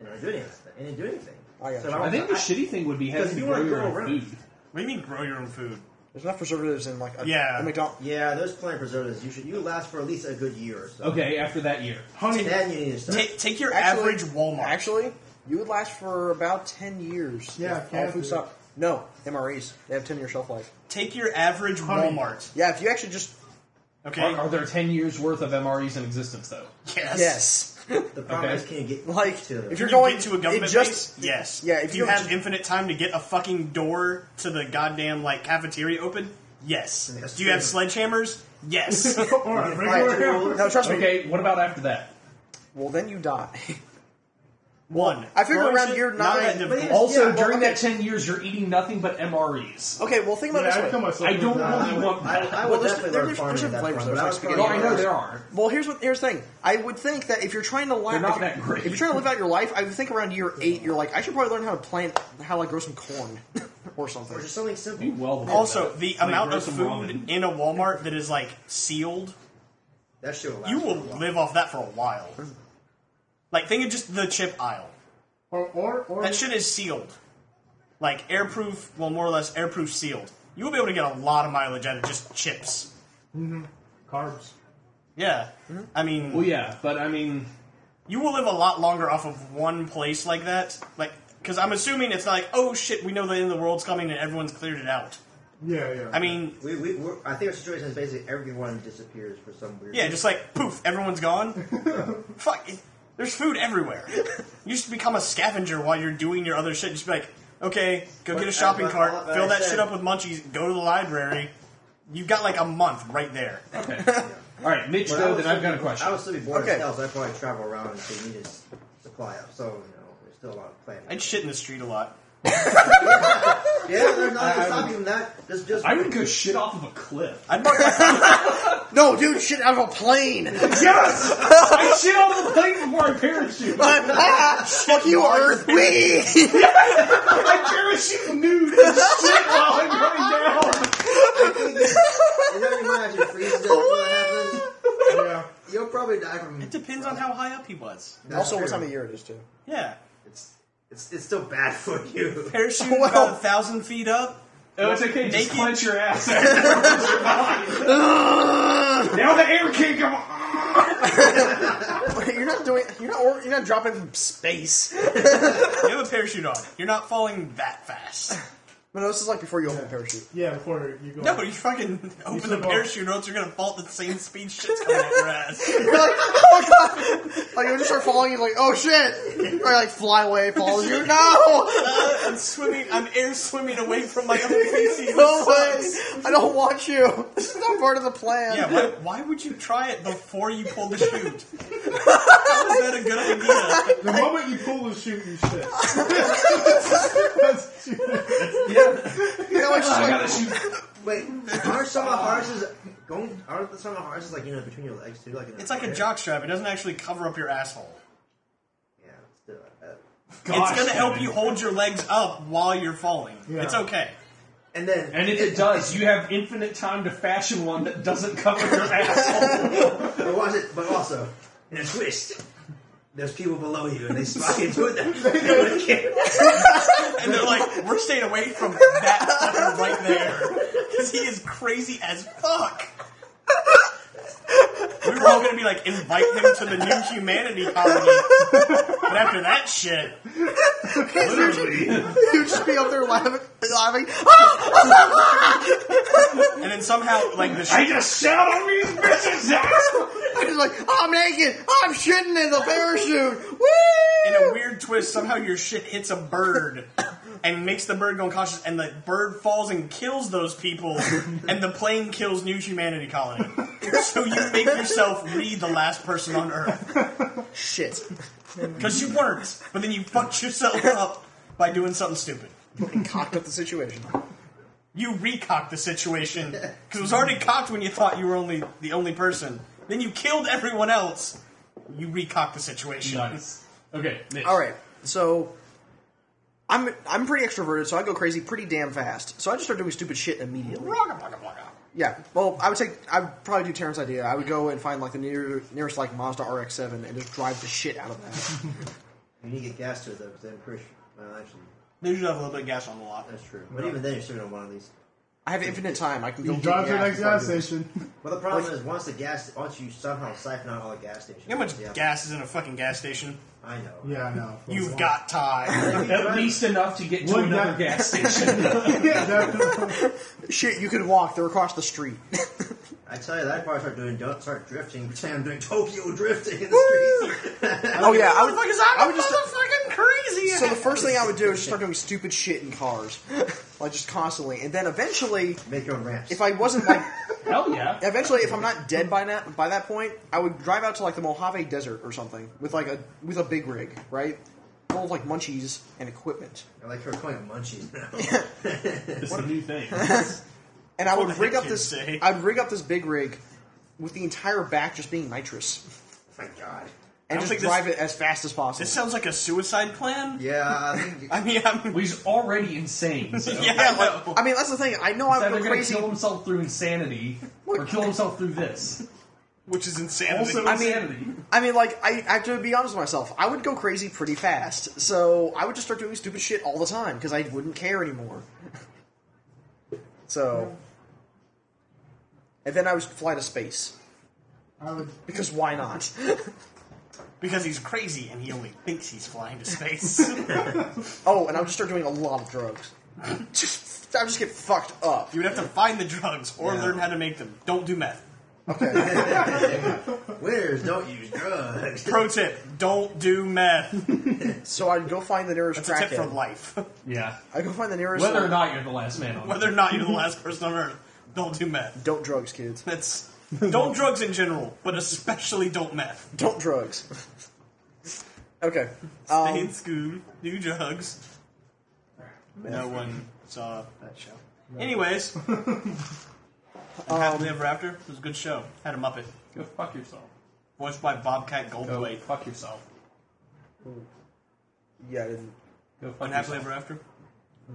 Speaker 6: And I do anything. And I do anything.
Speaker 4: I got
Speaker 6: So
Speaker 4: you.
Speaker 6: if
Speaker 3: I think the
Speaker 6: I-
Speaker 3: shitty thing would be having
Speaker 6: Because
Speaker 3: to
Speaker 6: you
Speaker 3: grow
Speaker 6: wanna
Speaker 3: your
Speaker 6: go
Speaker 3: own
Speaker 6: around.
Speaker 3: food.
Speaker 1: What do you mean grow your own food?
Speaker 4: There's enough preservatives in like a,
Speaker 1: Yeah.
Speaker 4: a McDonald's.
Speaker 6: Yeah, there's plenty of preservatives. You should you last for at least a good year or so.
Speaker 3: Okay, after that year.
Speaker 5: Honey,
Speaker 6: Then you need to start.
Speaker 1: Take, take your
Speaker 4: Actually-
Speaker 1: average Walmart.
Speaker 4: Actually, you would last for about ten years.
Speaker 5: Yeah,
Speaker 4: if all
Speaker 5: can't
Speaker 4: food
Speaker 5: do.
Speaker 4: stuff. No, MREs. They have ten year shelf life.
Speaker 1: take your average
Speaker 5: Honey.
Speaker 1: Walmart.
Speaker 4: Yeah, if you actually just
Speaker 1: Okay.
Speaker 3: Are, are there 10 years worth of MREs in existence, though?
Speaker 1: Yes.
Speaker 4: yes,
Speaker 6: The problem
Speaker 3: Okay.
Speaker 6: is can you get
Speaker 4: like
Speaker 6: to them?
Speaker 4: if
Speaker 1: If
Speaker 4: you're
Speaker 1: you
Speaker 4: going
Speaker 1: get to a government
Speaker 4: it just,
Speaker 1: base, yes.
Speaker 4: yeah, if
Speaker 1: If
Speaker 4: you
Speaker 1: you
Speaker 4: don't
Speaker 1: have
Speaker 4: just-
Speaker 1: infinite time to get a fucking door to the goddamn like cafeteria open, yes.
Speaker 6: Yes.
Speaker 1: Do you have sledgehammers? Yes.
Speaker 5: or
Speaker 4: Right.
Speaker 5: a regular hamburger.
Speaker 4: No, trust me.
Speaker 3: Okay, what about after that?
Speaker 4: Well, then you die.
Speaker 1: One.
Speaker 4: I figure
Speaker 1: Growing
Speaker 4: around
Speaker 1: shit,
Speaker 4: year
Speaker 1: not that
Speaker 4: nine-
Speaker 1: difficult.
Speaker 6: But yeah,
Speaker 3: Also,
Speaker 4: well,
Speaker 3: during
Speaker 4: okay.
Speaker 3: that 10 years, you're eating nothing but MREs.
Speaker 4: okay, well think about
Speaker 5: Yeah, I
Speaker 4: it
Speaker 5: would
Speaker 4: this
Speaker 5: kill
Speaker 4: way.
Speaker 5: myself
Speaker 3: I
Speaker 5: if
Speaker 3: don't
Speaker 5: not.
Speaker 3: really
Speaker 5: Oh, I would-
Speaker 3: want
Speaker 6: I,
Speaker 3: that.
Speaker 6: I
Speaker 4: Well,
Speaker 6: would
Speaker 4: there's-
Speaker 6: definitely
Speaker 4: there-
Speaker 6: learn
Speaker 4: there's
Speaker 6: farming at
Speaker 4: different
Speaker 6: that point,
Speaker 4: flavors
Speaker 6: but
Speaker 4: of
Speaker 6: I would
Speaker 4: like
Speaker 6: probably
Speaker 3: No, I know
Speaker 6: learn-
Speaker 3: there are.
Speaker 4: Well, here's what here's the thing. I would think that if you're trying to live,
Speaker 3: They're not
Speaker 4: if, you're-
Speaker 3: that great.
Speaker 4: if you're trying to live out your life, I would think around year eight, you're like, I should probably learn how to plant, how to like, grow some corn or something.
Speaker 6: Or just something simple.
Speaker 3: You well
Speaker 1: Also, the
Speaker 3: Like,
Speaker 1: amount
Speaker 3: grow
Speaker 1: of
Speaker 3: some
Speaker 1: food
Speaker 3: ramen.
Speaker 1: in a Walmart that is like sealed,
Speaker 6: that shit will last
Speaker 1: you
Speaker 6: for
Speaker 1: will
Speaker 6: a while.
Speaker 1: live off that for a while. Like think of just the chip aisle.
Speaker 5: Or, or, or
Speaker 1: That shit is sealed. Like airproof, well more or less airproof sealed. You will be able to get a lot of mileage out of just chips.
Speaker 5: carbs.
Speaker 1: Yeah. I mean
Speaker 3: Hmm? Well, yeah, but I mean,
Speaker 1: you will live a lot longer off of one place like that. Like, because I'm assuming it's not like, oh shit, we know the end of the world's coming and everyone's cleared it out.
Speaker 5: Yeah, yeah.
Speaker 1: I mean,
Speaker 6: We, we, we're, I think our situation is basically everyone disappears for some weird
Speaker 1: yeah, just like poof, everyone's gone. Fuck, it- there's food everywhere. You should become a scavenger while you're doing your other shit. Just be like, okay, go
Speaker 6: But
Speaker 1: get a shopping
Speaker 6: as I-
Speaker 1: cart,
Speaker 6: as
Speaker 1: fill
Speaker 6: I
Speaker 1: that
Speaker 6: said-
Speaker 1: shit up with munchies, go to the library. You've got like a month right there.
Speaker 3: okay. All right, Mitch.
Speaker 6: But I
Speaker 3: though,
Speaker 6: would
Speaker 3: then I've
Speaker 6: still
Speaker 3: got a
Speaker 6: be-
Speaker 3: question.
Speaker 6: I would still be bored
Speaker 4: Okay.
Speaker 6: as hell, so I'd probably travel around and see need his supply up. So, you know, there's still a lot of planning.
Speaker 1: I'd shit in the street a lot.
Speaker 6: yeah, there's not stopping him that. Just, just,
Speaker 3: I would go shit off of a cliff.
Speaker 1: I'd mark my,
Speaker 4: No, dude, shit out of a plane.
Speaker 3: Yes, I shit off of a plane before I parachute.
Speaker 4: Fuck you, Earth. Wee.
Speaker 3: I parachute nude and shit while I'm going down.
Speaker 6: and then you might actually freeze to what happens.
Speaker 5: Yeah.
Speaker 6: You'll probably die from.
Speaker 1: it depends on how high up he was.
Speaker 6: That's
Speaker 4: Also, what
Speaker 6: true.
Speaker 4: time of year it is too?
Speaker 1: Yeah.
Speaker 6: It's, it's, it's still bad for you.
Speaker 1: Parachute
Speaker 4: Well-
Speaker 1: about a thousand feet up.
Speaker 3: Oh, it's okay. Just
Speaker 1: Naked.
Speaker 3: clench your ass. now the air can't come. on.
Speaker 4: You're not doing. You're not. or- You're not dropping from space.
Speaker 1: You have a parachute on. You're not falling that fast.
Speaker 4: No, no, this is like before you open the parachute.
Speaker 5: Yeah, before you go.
Speaker 1: No, you fucking open the
Speaker 5: should go.
Speaker 1: parachute or else you're gonna fall at the same speed shit's coming at your ass.
Speaker 4: You're like, oh god! Like you just start falling. You're like, oh shit! Or like fly away, falls. You no,
Speaker 1: Uh, I'm swimming, I'm air swimming away from my own feces.
Speaker 4: no way! I don't want you. This is not part of the plan.
Speaker 1: Yeah, why, why would you try it before you pull the chute? How is that a good idea?
Speaker 5: The moment you pull the shoot, you shit. That's true.
Speaker 4: You know, it's just
Speaker 3: I
Speaker 4: like,
Speaker 3: gotta shoot.
Speaker 6: Wait, aren't some of horses going? Aren't the some of horses like you know between your legs too? Like in
Speaker 1: It's like a jockstrap. It doesn't actually cover up your asshole.
Speaker 6: Yeah, it's still uh, like that.
Speaker 3: Gosh,
Speaker 1: it's gonna help
Speaker 3: man.
Speaker 1: you hold your legs up while you're falling.
Speaker 5: Yeah.
Speaker 1: It's okay.
Speaker 6: And then
Speaker 3: And if it does, you have infinite time to fashion one that doesn't cover your asshole.
Speaker 6: But watch it. But also, in a twist, there's people below you, and they spot you doing that. They would care.
Speaker 1: And they're like, we're staying away from that fucker right there. Because he is crazy as fuck. We were all gonna be like, invite him to the new humanity colony. But after that shit, literally.
Speaker 4: you just be up there laughing, laughing.
Speaker 1: And then somehow, like, the
Speaker 3: I
Speaker 1: shit.
Speaker 3: just shot on these bitches' ass.
Speaker 4: It's like I'm naked. I'm shitting in the parachute.
Speaker 1: in a
Speaker 4: Woo!
Speaker 1: weird twist, somehow your shit hits a bird and makes the bird go unconscious, and the bird falls and kills those people, and the plane kills New Humanity Colony. So you make yourself re the last person on Earth
Speaker 4: Shit.
Speaker 1: because you weren't, but then you fucked yourself up by doing something stupid.
Speaker 4: And cocked up the situation.
Speaker 1: You recocked the situation because it was already cocked when you thought you were only the only person. Then you killed everyone else. You recocked the situation.
Speaker 3: Nice. Okay, Mitch.
Speaker 4: All right, so I'm I'm pretty extroverted, so I go crazy pretty damn fast. So I just start doing stupid shit immediately.
Speaker 1: Blugga, blugga, blugga.
Speaker 4: Yeah. Well, I would take. I would probably do Terrence's idea. I would go and find like the near, nearest like Mazda RX-7 and just drive the shit out of that.
Speaker 6: You need to get gas to it though, because I'm pretty sure. Well, uh, actually,
Speaker 1: They usually have a little bit of gas on the lot.
Speaker 6: that's true. But even then, you're still on one of these.
Speaker 4: I have infinite time. I can go
Speaker 5: You drive to the
Speaker 4: get
Speaker 5: next
Speaker 4: before I
Speaker 5: gas
Speaker 4: do it.
Speaker 5: station.
Speaker 6: But the problem is, once the gas, once you somehow siphon out all the gas stations,
Speaker 1: You know how much
Speaker 6: yeah,
Speaker 1: gas is in a fucking gas station?
Speaker 6: I know.
Speaker 5: Yeah, I know.
Speaker 1: You've got time.
Speaker 3: At least enough to get to
Speaker 5: Would
Speaker 3: another
Speaker 5: that-
Speaker 3: gas station.
Speaker 5: Yeah, definitely.
Speaker 4: Shit, you could walk. They're across the street.
Speaker 6: I tell you, that part start doing don't start drifting. Pretend I'm doing Tokyo drifting in the streets.
Speaker 4: oh yeah, I would.
Speaker 1: Motherfuckers,
Speaker 4: I
Speaker 1: I'm
Speaker 4: would just.
Speaker 1: motherfucking crazy.
Speaker 4: So the first thing I would do is just start doing stupid shit in cars, like just constantly, and then eventually,
Speaker 6: Make your own ramps.
Speaker 4: if I wasn't like,
Speaker 3: Hell yeah.
Speaker 4: eventually, if I'm not dead by that by that point, I would drive out to like the Mojave Desert or something with like a with a big rig, right? Full of like munchies and equipment.
Speaker 6: I like you're calling it munchies now. Oh
Speaker 3: It's the new thing.
Speaker 4: and I
Speaker 1: What
Speaker 4: would
Speaker 1: the
Speaker 4: rig
Speaker 1: heck
Speaker 4: up
Speaker 1: you
Speaker 4: this.
Speaker 1: say?
Speaker 4: I'd rig up this big rig with the entire back just being nitrous,
Speaker 6: My God.
Speaker 4: and
Speaker 1: don't
Speaker 4: just
Speaker 1: think this-
Speaker 4: drive it as fast as possible.
Speaker 1: This sounds like a suicide plan.
Speaker 6: Yeah, I think
Speaker 1: I mean, I'm.
Speaker 3: He's already insane. So.
Speaker 1: Yeah,
Speaker 4: Yeah,
Speaker 1: I
Speaker 4: like-
Speaker 1: know.
Speaker 4: I mean, that's the thing. I know I
Speaker 3: He's
Speaker 4: would
Speaker 3: either going
Speaker 4: go
Speaker 3: to
Speaker 4: crazy.
Speaker 3: kill himself through insanity or kill himself through this.
Speaker 1: Which is insanity.
Speaker 3: Also,
Speaker 4: I mean-
Speaker 3: insanity.
Speaker 4: I mean, like, I, I have to be honest with myself. I would go crazy pretty fast, so I would just start doing stupid shit all the time because I wouldn't care anymore. so, and then I would fly to space
Speaker 5: I would.
Speaker 4: because why not?
Speaker 1: because he's crazy and he only thinks he's flying to space.
Speaker 4: oh, and I would just start doing a lot of drugs. just, I would just get fucked up.
Speaker 1: you would have to find the drugs or
Speaker 6: Yeah.
Speaker 1: learn how to make them. Don't do meth.
Speaker 6: winners don't use drugs.
Speaker 1: Pro tip: Don't do meth.
Speaker 4: So I'd go find the nearest
Speaker 1: That's a tip for
Speaker 4: crackhead.
Speaker 1: life.
Speaker 3: Yeah.
Speaker 4: I go find the nearest.
Speaker 3: Whether or not you're the last man on
Speaker 1: Whether or not you're the last person on Earth, don't do meth.
Speaker 4: don't drugs, kids.
Speaker 1: That's Don't drugs in general, but especially don't meth.
Speaker 4: Don't drugs. okay.
Speaker 1: Stay
Speaker 4: Um,
Speaker 1: in school, do drugs. No one saw that show. Anyways, and Happily Ever After It was a good show. Had a Muppet.
Speaker 3: Go fuck yourself.
Speaker 1: Voiced by Bobcat
Speaker 3: Go
Speaker 1: Goldthwait.
Speaker 3: fuck yourself.
Speaker 4: yeah, I didn't.
Speaker 3: Go fuck
Speaker 1: On Happily Ever
Speaker 3: yourself.
Speaker 1: After,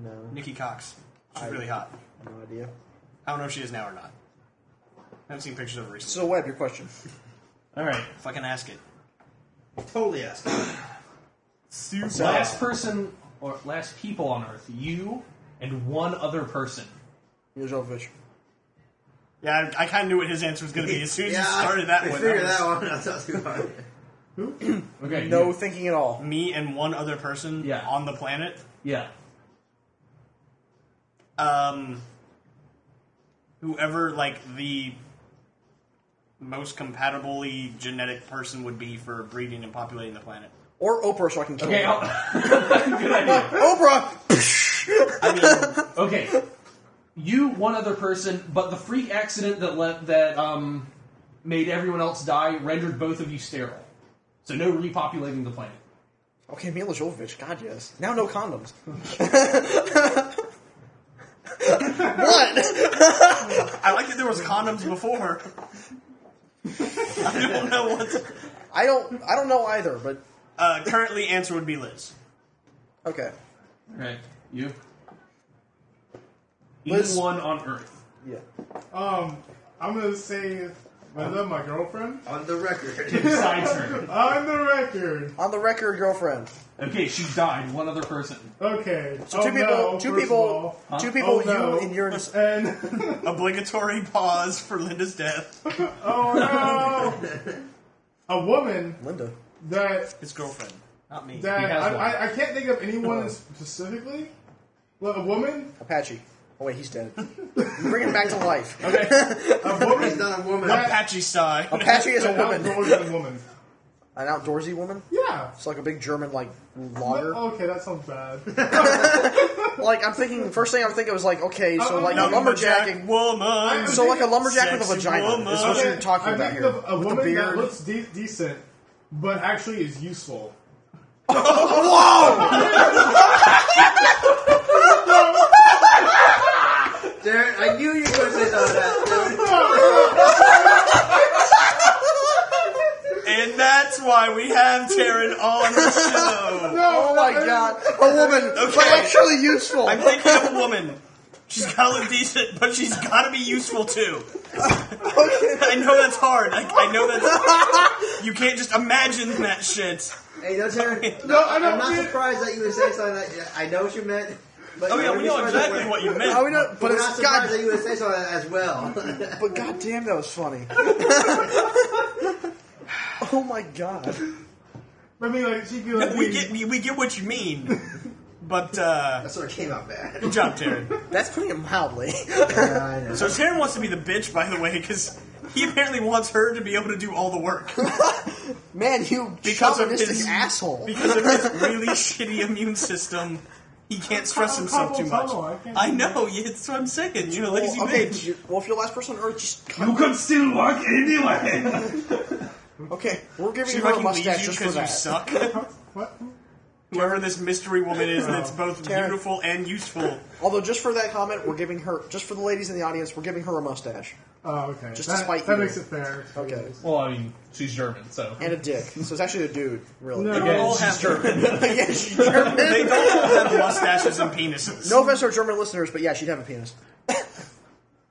Speaker 4: No,
Speaker 1: Nikki Cox. She's
Speaker 4: I-
Speaker 1: really hot.
Speaker 4: no idea.
Speaker 1: I don't know if she is now or not. I haven't seen pictures of her recently.
Speaker 4: So, Webb, your question.
Speaker 3: All right.
Speaker 1: Fucking ask it.
Speaker 6: Totally ask.
Speaker 1: Super.
Speaker 3: Last person or last people on Earth, you and one other person.
Speaker 4: Yozovich.
Speaker 1: Yeah, I, I kind of knew what his answer was going to be as soon as
Speaker 6: yeah,
Speaker 1: you started that
Speaker 6: I
Speaker 1: one.
Speaker 6: Figure
Speaker 1: was
Speaker 6: that one. That's not too hard.
Speaker 3: Okay.
Speaker 4: No
Speaker 3: you-
Speaker 4: thinking at all.
Speaker 1: Me and one other person
Speaker 3: Yeah.
Speaker 1: on the planet.
Speaker 3: Yeah.
Speaker 1: Um, whoever like the most compatibly genetic person would be for breeding and populating the planet.
Speaker 4: Or Oprah, so I can kill
Speaker 3: Okay.
Speaker 4: her.
Speaker 3: I'll- Good idea.
Speaker 4: Oprah!
Speaker 1: I mean,
Speaker 3: Okay. You, one other person, but the freak accident that let that um made everyone else die rendered both of you sterile. So no repopulating the planet.
Speaker 4: Okay, Mila Jovovich. God, yes. Now no condoms. what?
Speaker 1: I like that there was condoms before. I don't know what.
Speaker 4: I don't. I don't know either. But
Speaker 1: Uh, currently, answer would be Liz.
Speaker 4: okay.
Speaker 3: All right. You.
Speaker 4: Liz-
Speaker 3: Even one on Earth.
Speaker 4: Yeah.
Speaker 5: Um, I'm gonna say I love my girlfriend
Speaker 6: On the record.
Speaker 3: Besides her.
Speaker 5: on the record.
Speaker 4: On the record, girlfriend.
Speaker 3: Okay, she died. One other person.
Speaker 5: Okay,
Speaker 4: So two
Speaker 5: oh,
Speaker 4: people.
Speaker 5: no,
Speaker 4: two
Speaker 5: first
Speaker 4: people.
Speaker 5: of all.
Speaker 3: Huh?
Speaker 4: Two
Speaker 5: Oh,
Speaker 4: people.
Speaker 5: no.
Speaker 4: You and your.
Speaker 5: and
Speaker 1: Obligatory pause for Linda's death.
Speaker 5: oh no, a woman
Speaker 4: Linda.
Speaker 5: that
Speaker 1: His girlfriend, not me.
Speaker 5: that
Speaker 3: He has
Speaker 5: I,
Speaker 3: one. Oh.
Speaker 5: I, I can't think of anyone specifically. Well, a woman,
Speaker 4: Apache. Oh wait, he's dead. Bring him back to life.
Speaker 5: a
Speaker 6: He's
Speaker 5: woman,
Speaker 6: not a woman.
Speaker 1: Apache side.
Speaker 4: Apache is a
Speaker 5: an
Speaker 4: woman.
Speaker 5: outdoorsman woman.
Speaker 4: An outdoorsy woman.
Speaker 5: Yeah.
Speaker 4: It's like a big German like logger.
Speaker 5: Okay, that sounds bad.
Speaker 4: Like I'm thinking. First thing I'm thinking was like, okay, so
Speaker 5: Uh,
Speaker 4: like a
Speaker 5: oh. no,
Speaker 4: lumberjacking.
Speaker 1: woman.
Speaker 4: So like a lumberjack with a
Speaker 1: Sexy
Speaker 4: vagina
Speaker 1: woman.
Speaker 4: is what you're talking
Speaker 5: I
Speaker 4: about
Speaker 5: think
Speaker 4: here.
Speaker 5: of a
Speaker 4: With the
Speaker 5: woman that
Speaker 4: beard.
Speaker 5: looks de- decent, but actually is useful.
Speaker 6: Darren, I knew you were going to say something like that. dude.
Speaker 1: And that's why we have Taryn on the show.
Speaker 4: Oh my god, a woman, but actually useful.
Speaker 1: I'm thinking of a woman. She's gotta look decent, but she's gotta be useful too. I know that's hard. I, I know that's. You can't just imagine that shit.
Speaker 6: Hey, no, Darren.
Speaker 5: No, I
Speaker 6: I'm
Speaker 5: don't
Speaker 6: not
Speaker 5: mean-
Speaker 6: surprised that you would say something like that. I know what you meant. But
Speaker 1: Oh yeah, we know exactly what you
Speaker 4: How we
Speaker 1: meant.
Speaker 4: know-
Speaker 6: But
Speaker 4: but
Speaker 6: we're not
Speaker 4: it's
Speaker 6: surprised
Speaker 4: god,
Speaker 6: that you would say something like that as well.
Speaker 4: but goddamn, that was funny. oh my god,
Speaker 5: I mean, like she could. Like,
Speaker 1: We
Speaker 5: be-
Speaker 1: get we, we get what you mean, but uh,
Speaker 6: that sort of came out bad.
Speaker 1: good job, Taryn.
Speaker 4: that's putting it mildly.
Speaker 6: I know.
Speaker 1: So Taryn wants to be the bitch, by the way, because he apparently wants her to be able to do all the work.
Speaker 4: Man, you
Speaker 1: Because of
Speaker 4: chauvinistic
Speaker 1: his-
Speaker 4: asshole.
Speaker 1: because of his really shitty immune system, he can't stress
Speaker 5: I'm
Speaker 1: himself too much.
Speaker 5: tunnel, I can't
Speaker 1: I know, yeah, that's what I'm saying. You're a lazy
Speaker 4: Well, Oh, okay,
Speaker 1: bitch.
Speaker 4: you- well, if you're the last person on Earth, just
Speaker 3: You could still work anyway.
Speaker 4: okay. We're giving
Speaker 1: She
Speaker 4: her a
Speaker 1: fucking leaves
Speaker 4: mustache
Speaker 1: you
Speaker 4: just for
Speaker 1: because you
Speaker 4: that.
Speaker 1: suck.
Speaker 5: What?
Speaker 1: Whoever this mystery woman is, that's both
Speaker 4: Taryn.
Speaker 1: beautiful and useful.
Speaker 4: Although, just for that comment, we're giving her just for the ladies in the audience, we're giving her a mustache
Speaker 5: Oh, okay.
Speaker 4: Just to
Speaker 5: that,
Speaker 4: spite
Speaker 5: that
Speaker 4: you.
Speaker 5: makes it fair.
Speaker 4: Okay.
Speaker 3: well, I mean, she's German, so.
Speaker 4: and a dick. So it's actually a dude, really. Oh,
Speaker 1: They
Speaker 5: No.
Speaker 3: Again,
Speaker 1: all
Speaker 3: she's
Speaker 1: have
Speaker 3: German.
Speaker 4: yeah, she's German.
Speaker 1: They don't all have mustaches and penises.
Speaker 4: No offense to our German listeners, but yeah, she'd have a penis.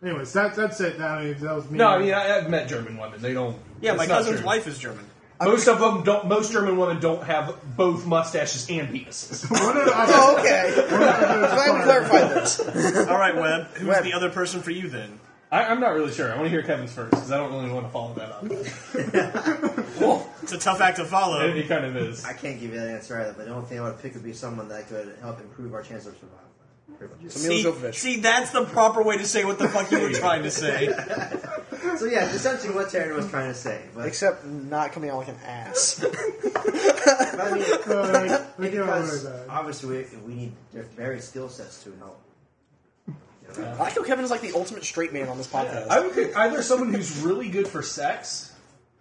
Speaker 5: Anyways, that, that's it. I mean, that was me.
Speaker 3: No, I mean, I, I've met German women. They don't.
Speaker 1: Yeah, my
Speaker 3: it's not
Speaker 1: cousin's
Speaker 3: true.
Speaker 1: wife is German.
Speaker 3: Most of them don't. Most German women don't have both mustaches and penises.
Speaker 5: What did I-
Speaker 4: Oh, okay. Glad we clarified this.
Speaker 1: All right, Webb, who's
Speaker 4: Webb.
Speaker 1: the other person for you then?
Speaker 3: I, I'm not really sure. I want to hear Kevin's first because I don't really want to follow that up. It,
Speaker 1: It's a tough act to follow.
Speaker 3: it kind of is.
Speaker 6: I can't give you that answer either, but the only thing I would pick would be someone that could help improve our chance of survival. Pretty much it.
Speaker 4: Mila
Speaker 1: See,
Speaker 4: Jovovich.
Speaker 1: see, that's the proper way to say what the fuck you were trying to say.
Speaker 6: So yeah, it's essentially what Taryn was trying to say. But,
Speaker 4: Except not coming out like an ass.
Speaker 6: but I mean,
Speaker 5: Uh, we can
Speaker 6: because
Speaker 5: avoid that.
Speaker 6: obviously we, we need diff- varied skill sets to help.
Speaker 4: I like how Kevin is like the ultimate straight man on this podcast.
Speaker 3: I would pick either someone who's really good for sex,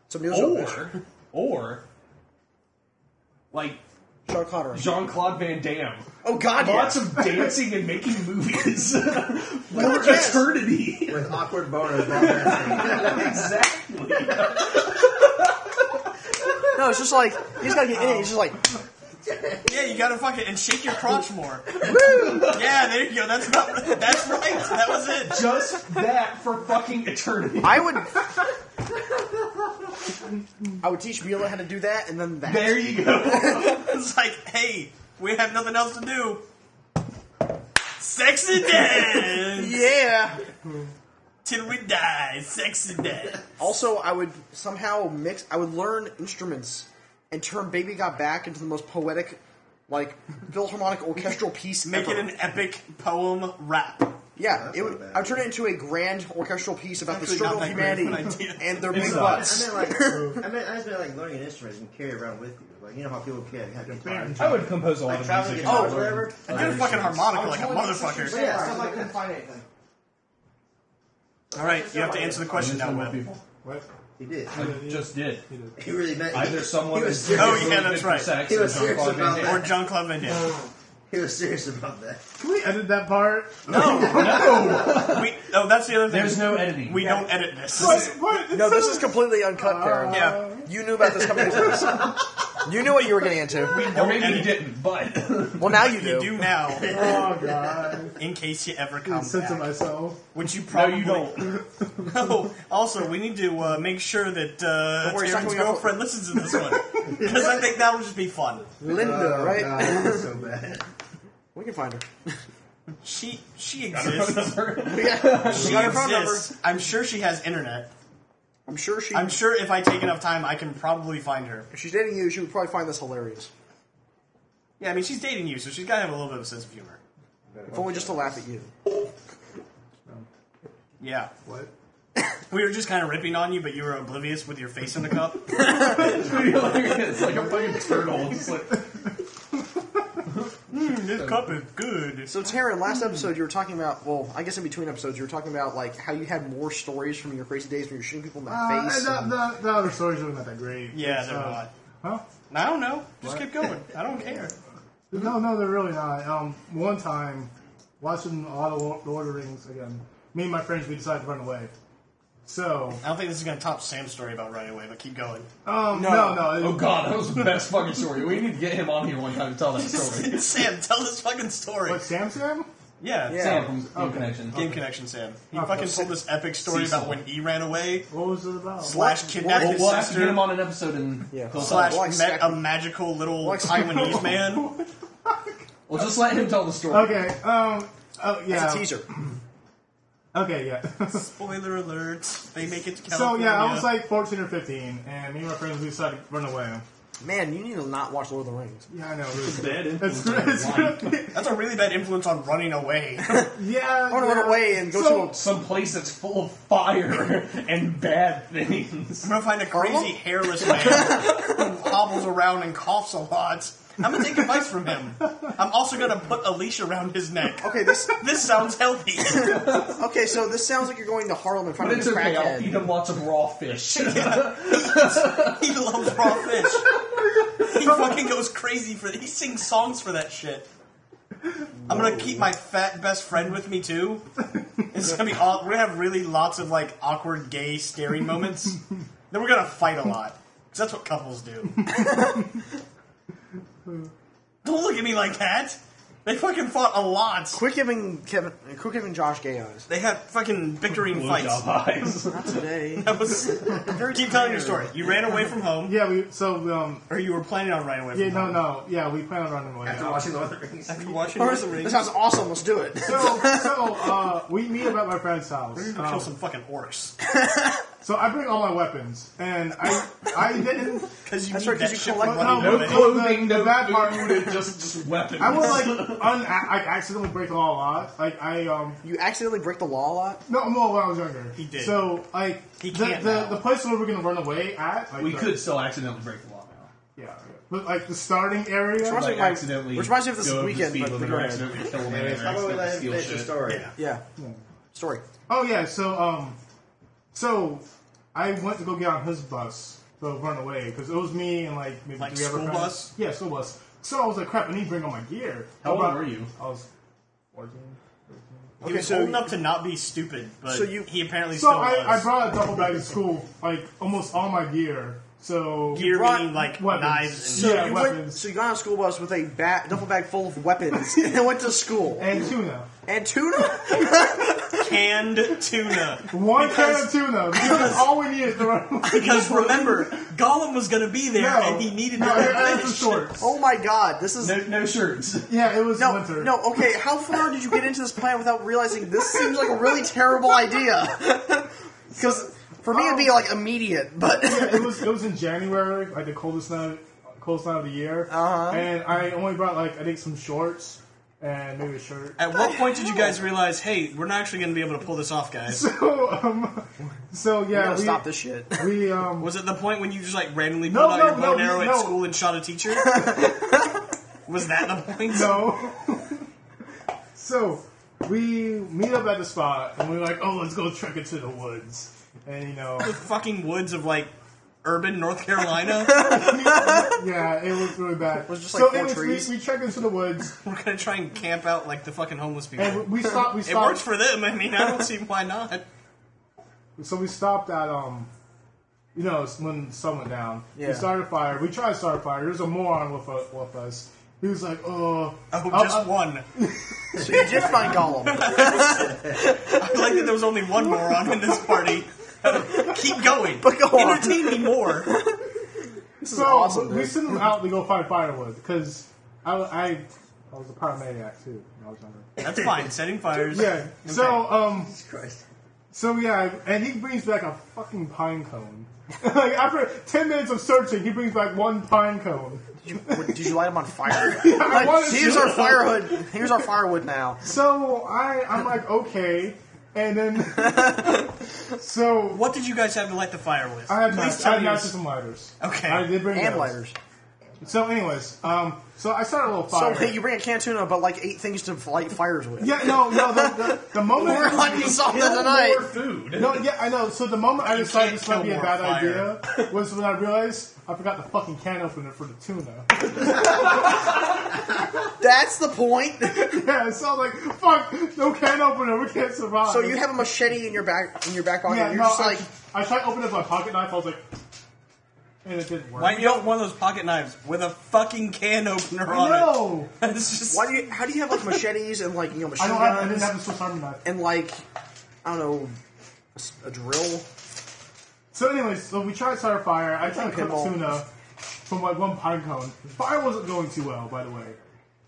Speaker 4: Somebody else don't bitch.
Speaker 3: or or like
Speaker 5: Oh.
Speaker 4: Sean Connery.
Speaker 3: Jean Claude Van Damme.
Speaker 4: oh God,
Speaker 3: Lots
Speaker 4: yes.
Speaker 3: of dancing and making movies for
Speaker 4: God, yes.
Speaker 3: eternity.
Speaker 6: With awkward boners. while dancing.
Speaker 3: exactly.
Speaker 4: no, it's just like he's got to get in it. He's just like
Speaker 1: Yeah, you gotta fuck it and shake your crotch more. yeah, there you go. That's about, that's right. That was it.
Speaker 3: Just that for fucking eternity.
Speaker 4: I would. I would teach Mila how to do that, and then that.
Speaker 3: There you go.
Speaker 1: It's like, hey, we have nothing else to do. Sexy dance
Speaker 4: yeah.
Speaker 1: till we die. Sexy dance.
Speaker 4: Also, I would somehow mix. I would learn instruments and turn "Baby Got Back" into the most poetic, like philharmonic orchestral piece.
Speaker 1: Make it
Speaker 4: ever.
Speaker 1: an epic poem rap.
Speaker 4: yeah. It
Speaker 6: not
Speaker 4: would.
Speaker 6: bad.
Speaker 4: I would turn it into a grand orchestral piece about the
Speaker 1: Actually,
Speaker 4: struggle
Speaker 1: not
Speaker 4: of
Speaker 1: that great of an
Speaker 4: humanity
Speaker 1: idea.
Speaker 4: and their big
Speaker 3: not.
Speaker 6: I
Speaker 4: butts.
Speaker 6: meant like, I meant I just meant like learning an instrument and carry it around with you. Like you know how people carry have guitars,
Speaker 3: I would compose a lot
Speaker 6: like
Speaker 3: of
Speaker 6: traveling
Speaker 3: music.
Speaker 6: guitars, or whatever.
Speaker 1: And get a fucking harmonica like a motherfucker.
Speaker 6: But yeah, stuff like that.
Speaker 5: find anything.
Speaker 1: All right, you have to answer the question now, Webb.
Speaker 5: What?
Speaker 6: He did.
Speaker 3: I just did.
Speaker 6: He really meant
Speaker 3: Either someone
Speaker 6: He
Speaker 3: is
Speaker 6: was serious.
Speaker 1: Oh,
Speaker 3: really
Speaker 1: yeah,
Speaker 3: good
Speaker 1: that's
Speaker 3: for
Speaker 1: right.
Speaker 3: sex,
Speaker 6: He
Speaker 3: or
Speaker 6: was
Speaker 3: Jean-Claude
Speaker 6: seriude
Speaker 3: Van
Speaker 6: about
Speaker 3: Damme.
Speaker 6: that.
Speaker 1: Or John Club Van Damme.
Speaker 6: He was serious about that.
Speaker 5: Can we edit that part?
Speaker 1: We, oh, that's the other thing.
Speaker 3: There's no editing.
Speaker 1: We don't edit this.
Speaker 5: What? What?
Speaker 4: No, this is completely uncut, Karen.
Speaker 1: Yeah.
Speaker 4: You knew about this coming into this. You knew what you were getting into.
Speaker 3: Or maybe you didn't, but
Speaker 4: Well, now you
Speaker 1: You
Speaker 4: do.
Speaker 1: do now,
Speaker 5: Oh god!
Speaker 1: in case you ever
Speaker 5: I
Speaker 1: come
Speaker 5: said to
Speaker 1: back.
Speaker 5: myself,
Speaker 1: Which you
Speaker 3: no,
Speaker 1: probably
Speaker 3: you don't.
Speaker 1: No. Also, we need to uh, make sure that uh,
Speaker 4: worry, it's not
Speaker 1: Taryn's
Speaker 4: going up.
Speaker 1: girlfriend listens to this one because I think that'll just be fun.
Speaker 4: Linda,
Speaker 1: Uh,
Speaker 6: Oh, God,
Speaker 4: right?
Speaker 6: that was so bad.
Speaker 4: We can find her.
Speaker 1: She she exists.
Speaker 4: Yeah.
Speaker 1: She
Speaker 4: She got her phone number.
Speaker 1: exists. I'm sure she has internet.
Speaker 4: I'm sure she.
Speaker 1: I'm sure if I take enough time, I can probably find her.
Speaker 4: if she's dating you, she would probably find this hilarious.
Speaker 1: Yeah, I mean she's dating you, so she's got to have a little bit of a sense of humor.
Speaker 4: If only just to laugh at you.
Speaker 1: Yeah,
Speaker 5: "What?
Speaker 1: we were just kind of ripping on you, but you were oblivious with your face in the cup.
Speaker 3: it's like a fucking turtle. It's like,
Speaker 1: this cup is good.
Speaker 4: So, Taryn, last episode you were talking about, well, I guess in between episodes, you were talking about like how you had more stories from your crazy days when you're shooting people in the
Speaker 5: Uh,
Speaker 4: face.
Speaker 5: the, the, the other stories are not that great.
Speaker 1: Yeah,
Speaker 5: It's,
Speaker 1: they're
Speaker 5: uh,
Speaker 1: not.
Speaker 5: Huh?
Speaker 1: I don't know. Just keep going. I don't care.
Speaker 5: No, no, they're really not. Um, one time, watching all the Lord of the Rings again, me and my friends, we decided to run away. So,
Speaker 1: I don't think this is going to top Sam's story about right away, but keep going.
Speaker 5: um, no, no, it-
Speaker 3: oh god, that was the best fucking story. We need to get him on here one time to tell that story.
Speaker 1: Sam, tell this fucking story.
Speaker 5: what, Sam Sam?
Speaker 1: Yeah,
Speaker 4: Yeah.
Speaker 3: Sam from Game Connection.
Speaker 1: Game Connection Sam. He
Speaker 5: Okay.
Speaker 1: fucking told this epic story
Speaker 3: Cecil.
Speaker 1: about when he ran away,
Speaker 5: Oh, What was it about?
Speaker 1: slash kidnapped
Speaker 3: We'll,
Speaker 1: his
Speaker 3: we'll have to get
Speaker 1: sister,
Speaker 3: him on an episode and
Speaker 4: Yeah.
Speaker 3: he'll tell
Speaker 1: slash
Speaker 4: Well, I
Speaker 1: met
Speaker 4: expect-
Speaker 1: a magical little
Speaker 4: Well, I expect-
Speaker 1: Taiwanese man.
Speaker 3: Well, just let him tell the story.
Speaker 5: Okay, um, oh, yeah.
Speaker 4: That's a teaser.
Speaker 5: Okay, yeah.
Speaker 1: Spoiler alert, they make it to
Speaker 5: so,
Speaker 1: California.
Speaker 5: yeah, I was like 14 or 15, and me and my friends, we decided to run away.
Speaker 4: Man, you need to not watch Lord of the Rings.
Speaker 5: Yeah, I know, really.
Speaker 3: Bad
Speaker 5: It's,
Speaker 3: influence on
Speaker 5: it's,
Speaker 3: wine.
Speaker 1: That's a really bad influence on running away.
Speaker 5: yeah.
Speaker 4: I want to
Speaker 5: yeah.
Speaker 4: run away and go
Speaker 5: So-
Speaker 4: to a.
Speaker 3: Some place that's full of fire and bad things.
Speaker 1: I'm gonna find a crazy
Speaker 4: Arnold?
Speaker 1: hairless man who hobbles around and coughs a lot. I'm gonna take advice from him. I'm also gonna put a leash around his neck.
Speaker 4: Okay, this.
Speaker 1: This sounds healthy.
Speaker 4: Okay, so this sounds like you're going to Harlem and
Speaker 3: But
Speaker 4: finding
Speaker 3: it's
Speaker 4: a
Speaker 3: okay, I'll feed
Speaker 4: crackhead.
Speaker 3: him lots of raw fish.
Speaker 1: He loves raw fish. He fucking goes crazy for he sings songs for that shit. I'm gonna keep my fat best friend with me too. It's gonna be all, we're gonna have really lots of like awkward gay staring moments. then we're gonna fight a lot because that's what couples do. Don't look at me like that. They fucking fought a lot.
Speaker 4: Quick giving Kevin, quick giving Josh gay eyes
Speaker 1: They had fucking bickering fights.
Speaker 3: eyes.
Speaker 4: today.
Speaker 1: That was, keep telling your story. You ran away from home,
Speaker 5: Yeah, we, so, um,
Speaker 1: or you were planning on running away. From
Speaker 5: yeah, no,
Speaker 1: home.
Speaker 5: no, yeah, we plan on running away.
Speaker 6: After watching Lord of the Rings,
Speaker 1: After watching Lord of the
Speaker 4: This
Speaker 1: Rings,
Speaker 4: sounds awesome. Let's do it.
Speaker 5: So, so uh, we meet up at my friend's house.
Speaker 1: we're gonna
Speaker 5: Um,
Speaker 1: kill some fucking orcs.
Speaker 5: so I bring all my weapons, and I I didn't.
Speaker 1: Because you
Speaker 4: That's
Speaker 1: need
Speaker 4: right, 'cause
Speaker 1: that
Speaker 4: you
Speaker 1: shit for
Speaker 4: collect-
Speaker 1: running
Speaker 5: No,
Speaker 1: away.
Speaker 5: no
Speaker 1: It
Speaker 5: clue.
Speaker 3: Clothing,
Speaker 5: The-
Speaker 3: no
Speaker 5: the bad
Speaker 3: food,
Speaker 5: part-
Speaker 3: and just, just weapons.
Speaker 5: I was like, un- I accidentally break the law a lot. Like I um,
Speaker 4: You accidentally break the law a lot.
Speaker 5: no, no, when I was younger.
Speaker 1: He did.
Speaker 5: So like
Speaker 1: He
Speaker 5: the
Speaker 1: can't
Speaker 5: the,
Speaker 1: now.
Speaker 5: the place where we're gonna run away at. Like,
Speaker 3: we
Speaker 5: the-
Speaker 3: could still accidentally break the law now.
Speaker 5: Yeah, but like the starting area.
Speaker 4: Which reminds me
Speaker 9: Like,
Speaker 4: of my-
Speaker 9: accidentally
Speaker 4: which reminds me of this
Speaker 9: go over the
Speaker 4: weekend,
Speaker 9: speed
Speaker 4: but
Speaker 9: limit
Speaker 4: the
Speaker 9: or
Speaker 4: grand-
Speaker 9: accidentally kill a man
Speaker 6: Anyways,
Speaker 9: or
Speaker 6: how about
Speaker 9: accidentally
Speaker 6: we let him
Speaker 9: steal
Speaker 6: finish the
Speaker 9: shit.
Speaker 6: story?
Speaker 10: Yeah.
Speaker 4: Yeah. Story.
Speaker 5: Oh yeah, so um, so I went to go get on his bus to run away because it was me and like maybe
Speaker 1: Like
Speaker 5: three other
Speaker 1: school
Speaker 5: friends.
Speaker 1: bus?
Speaker 5: Yeah, school bus. So I was like, crap, I need to bring all my gear.
Speaker 9: How old
Speaker 5: about-
Speaker 9: were you?
Speaker 5: I was fourteen.
Speaker 1: He was old enough to not be stupid, but
Speaker 4: so you-
Speaker 1: he apparently
Speaker 5: So
Speaker 1: still
Speaker 5: I, I
Speaker 1: was.
Speaker 5: brought a double bag to school, like almost all my gear. So
Speaker 1: Gear
Speaker 4: brought
Speaker 1: meaning like
Speaker 5: weapons.
Speaker 1: knives
Speaker 5: Yeah,
Speaker 1: and
Speaker 4: So you went,
Speaker 5: weapons.
Speaker 4: so you got on a school bus with a bat, duffel bag full of weapons, and then went to school.
Speaker 5: and tuna.
Speaker 4: And tuna?
Speaker 1: canned tuna.
Speaker 5: One can of
Speaker 1: Because-
Speaker 5: tuna. Because that's all we needed to run away.
Speaker 1: Because remember, Gollum was going to be there,
Speaker 5: No.
Speaker 1: and he needed to
Speaker 5: No, I had
Speaker 1: finish.
Speaker 5: some shorts.
Speaker 4: Oh my god, this is.
Speaker 9: No, no shirts.
Speaker 5: Yeah, it was
Speaker 4: No,
Speaker 5: winter.
Speaker 4: no, okay, how far did you get into this plan without realizing this seems like a really terrible idea? Because for me it'd be like immediate, but.
Speaker 5: it was it was in January, like the coldest night coldest night of the year. Uh-huh. And I only brought like I think some shorts and maybe a shirt.
Speaker 1: At what point did you guys realize, hey, we're not actually going to be able to pull this off, guys?
Speaker 5: So um, so yeah,
Speaker 4: I gotta
Speaker 5: we,
Speaker 4: stop this shit.
Speaker 5: We um,
Speaker 1: Was it the point when you just like randomly
Speaker 5: No,
Speaker 1: pulled out
Speaker 5: no,
Speaker 1: your bow and
Speaker 5: no,
Speaker 1: arrow
Speaker 5: no.
Speaker 1: at school and shot a teacher? was that the point?
Speaker 5: so so we meet up at the spot and we're like, oh, let's go trek into the woods. And you know,
Speaker 1: The fucking woods of like urban North Carolina.
Speaker 5: yeah, it was really bad. It
Speaker 4: was just,
Speaker 5: so
Speaker 4: like, four
Speaker 5: anyways,
Speaker 4: trees.
Speaker 5: We, we trek into the woods
Speaker 1: We're gonna try and camp out like the fucking homeless people.
Speaker 5: and we stopped. We
Speaker 1: it
Speaker 5: stopped.
Speaker 1: worked for them. I mean, I don't see why not.
Speaker 5: So we stopped at um, you know, it's when the sun went down.
Speaker 4: Yeah.
Speaker 5: We started a fire. We tried to start a fire. There's a moron with us. With us. He was like, "Oh,
Speaker 1: Oh,
Speaker 5: I'll-
Speaker 1: just
Speaker 5: I'll-
Speaker 1: one.
Speaker 4: So you did find Gollum.
Speaker 1: I like that there was only one moron in this party. Keep going.
Speaker 4: But go on.
Speaker 1: Entertain me more.
Speaker 4: This is
Speaker 5: so
Speaker 4: awesome.
Speaker 5: we
Speaker 4: dude.
Speaker 5: sent him out to go find firewood because I, I, I was a pyromaniac too. when I was younger.
Speaker 1: That's fine. Setting fires.
Speaker 5: Yeah. So um,
Speaker 6: Jesus Christ.
Speaker 5: so yeah, and he brings back a fucking pine cone. like after ten minutes of searching, he brings back one pine cone.
Speaker 4: Did you, what- did you light him on fire?
Speaker 5: I
Speaker 4: Like,
Speaker 5: wanted
Speaker 4: here's
Speaker 5: to.
Speaker 4: our firewood. Here's our firewood now.
Speaker 5: So I, I'm like, okay, and then so
Speaker 1: What did you guys have to light the fire with?
Speaker 5: I had
Speaker 1: Please
Speaker 5: matches.
Speaker 1: tell
Speaker 5: I had
Speaker 1: me.
Speaker 5: matches and lighters.
Speaker 1: Okay.
Speaker 5: I did bring
Speaker 4: And
Speaker 5: those.
Speaker 4: lighters.
Speaker 5: So, anyways, um, so I started a little
Speaker 4: So
Speaker 5: fire.
Speaker 4: hey, you bring a can of tuna, but like eight things to light fires with.
Speaker 5: yeah, no, no. The, the, the moment
Speaker 4: We're hunting something
Speaker 9: Kill
Speaker 4: tonight.
Speaker 9: more food.
Speaker 5: No, yeah, I know. So the moment I
Speaker 1: You
Speaker 5: decided
Speaker 1: can't
Speaker 5: this might
Speaker 1: kill
Speaker 5: be a
Speaker 1: more
Speaker 5: bad
Speaker 1: fire.
Speaker 5: idea was when I realized I forgot the fucking can opener for the tuna.
Speaker 4: That's the point.
Speaker 5: yeah, so I was like, fuck, no can opener, we can't survive.
Speaker 4: So you have a machete in your back in your back pocket.
Speaker 5: yeah,
Speaker 4: and you're
Speaker 5: no,
Speaker 4: just
Speaker 5: I,
Speaker 4: like,
Speaker 5: I tried to open up my pocket knife. I was like, and it didn't work.
Speaker 1: Why do you have one of those pocket knives with a fucking can opener on
Speaker 5: No,
Speaker 1: it? It's just,
Speaker 4: why do you? How do you have like machetes and like you know
Speaker 5: I
Speaker 4: machine
Speaker 5: don't. Have, I didn't
Speaker 4: guns
Speaker 5: have the Swiss Army knife.
Speaker 4: and like I don't know a s- a, drill?
Speaker 5: So, anyways, so we tried to start a fire. I tried to cook
Speaker 4: Pinball.
Speaker 5: tuna from like one pine cone. Fire wasn't going too well, by the way.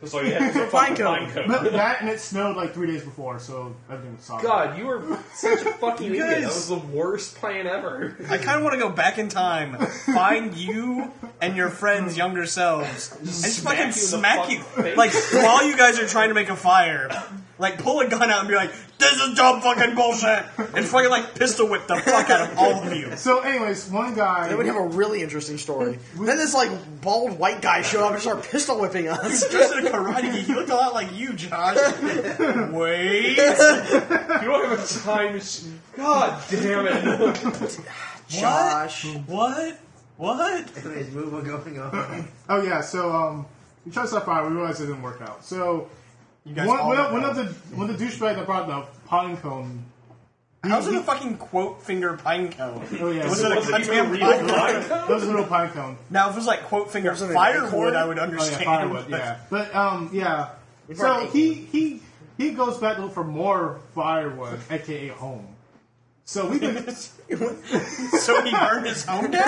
Speaker 3: So Oh, yeah, so fucking
Speaker 4: Fine cone.
Speaker 3: fine cone.
Speaker 5: But that and it snowed like three days before, so everything was solid.
Speaker 3: God, you were such a fucking idiot. That
Speaker 1: guys-
Speaker 3: was the worst plan ever.
Speaker 1: I kind of want to go back in time, find you and your friends' younger selves, and just
Speaker 3: Smack
Speaker 1: fucking smack you.
Speaker 3: you in the fucking face.
Speaker 1: Like, while you guys are trying to make a fire, like, pull a gun out and be like, this is dumb fucking bullshit! And fucking, like, pistol whip the fuck out of all of you.
Speaker 5: So, anyways, one guy.
Speaker 4: They would have a really interesting story. then this like bald white guy showed up and started pistol whipping us.
Speaker 1: Just in a karate gi. He looked a lot like you, Josh. Wait.
Speaker 3: You don't have a time machine. God damn it.
Speaker 4: Josh,
Speaker 1: What? What?
Speaker 6: Anyways, move on going on.
Speaker 5: Oh yeah, so um, we tried to start a fire. We realized it didn't work out. So
Speaker 1: You guys
Speaker 5: one,
Speaker 1: all
Speaker 5: one,
Speaker 1: know.
Speaker 5: of- one of the one of the douchebag that brought the pine cone.
Speaker 1: How's it a fucking quote finger pine cone?
Speaker 5: Oh yeah,
Speaker 1: Was
Speaker 5: so
Speaker 1: it a
Speaker 5: was
Speaker 1: goddamn
Speaker 3: even
Speaker 1: pine
Speaker 3: real?
Speaker 1: cone?
Speaker 5: That was a little pine cone.
Speaker 1: Now, if it was like quote finger
Speaker 4: Wasn't it
Speaker 1: firewood,
Speaker 4: acorn?
Speaker 1: I would
Speaker 5: Oh yeah,
Speaker 1: understand.
Speaker 5: firewood.
Speaker 1: but-
Speaker 5: Yeah, but um, yeah.
Speaker 4: brought
Speaker 5: So
Speaker 4: an
Speaker 5: he he he goes back to look for more firewood, aka home. So we've been
Speaker 1: so he burned his home down?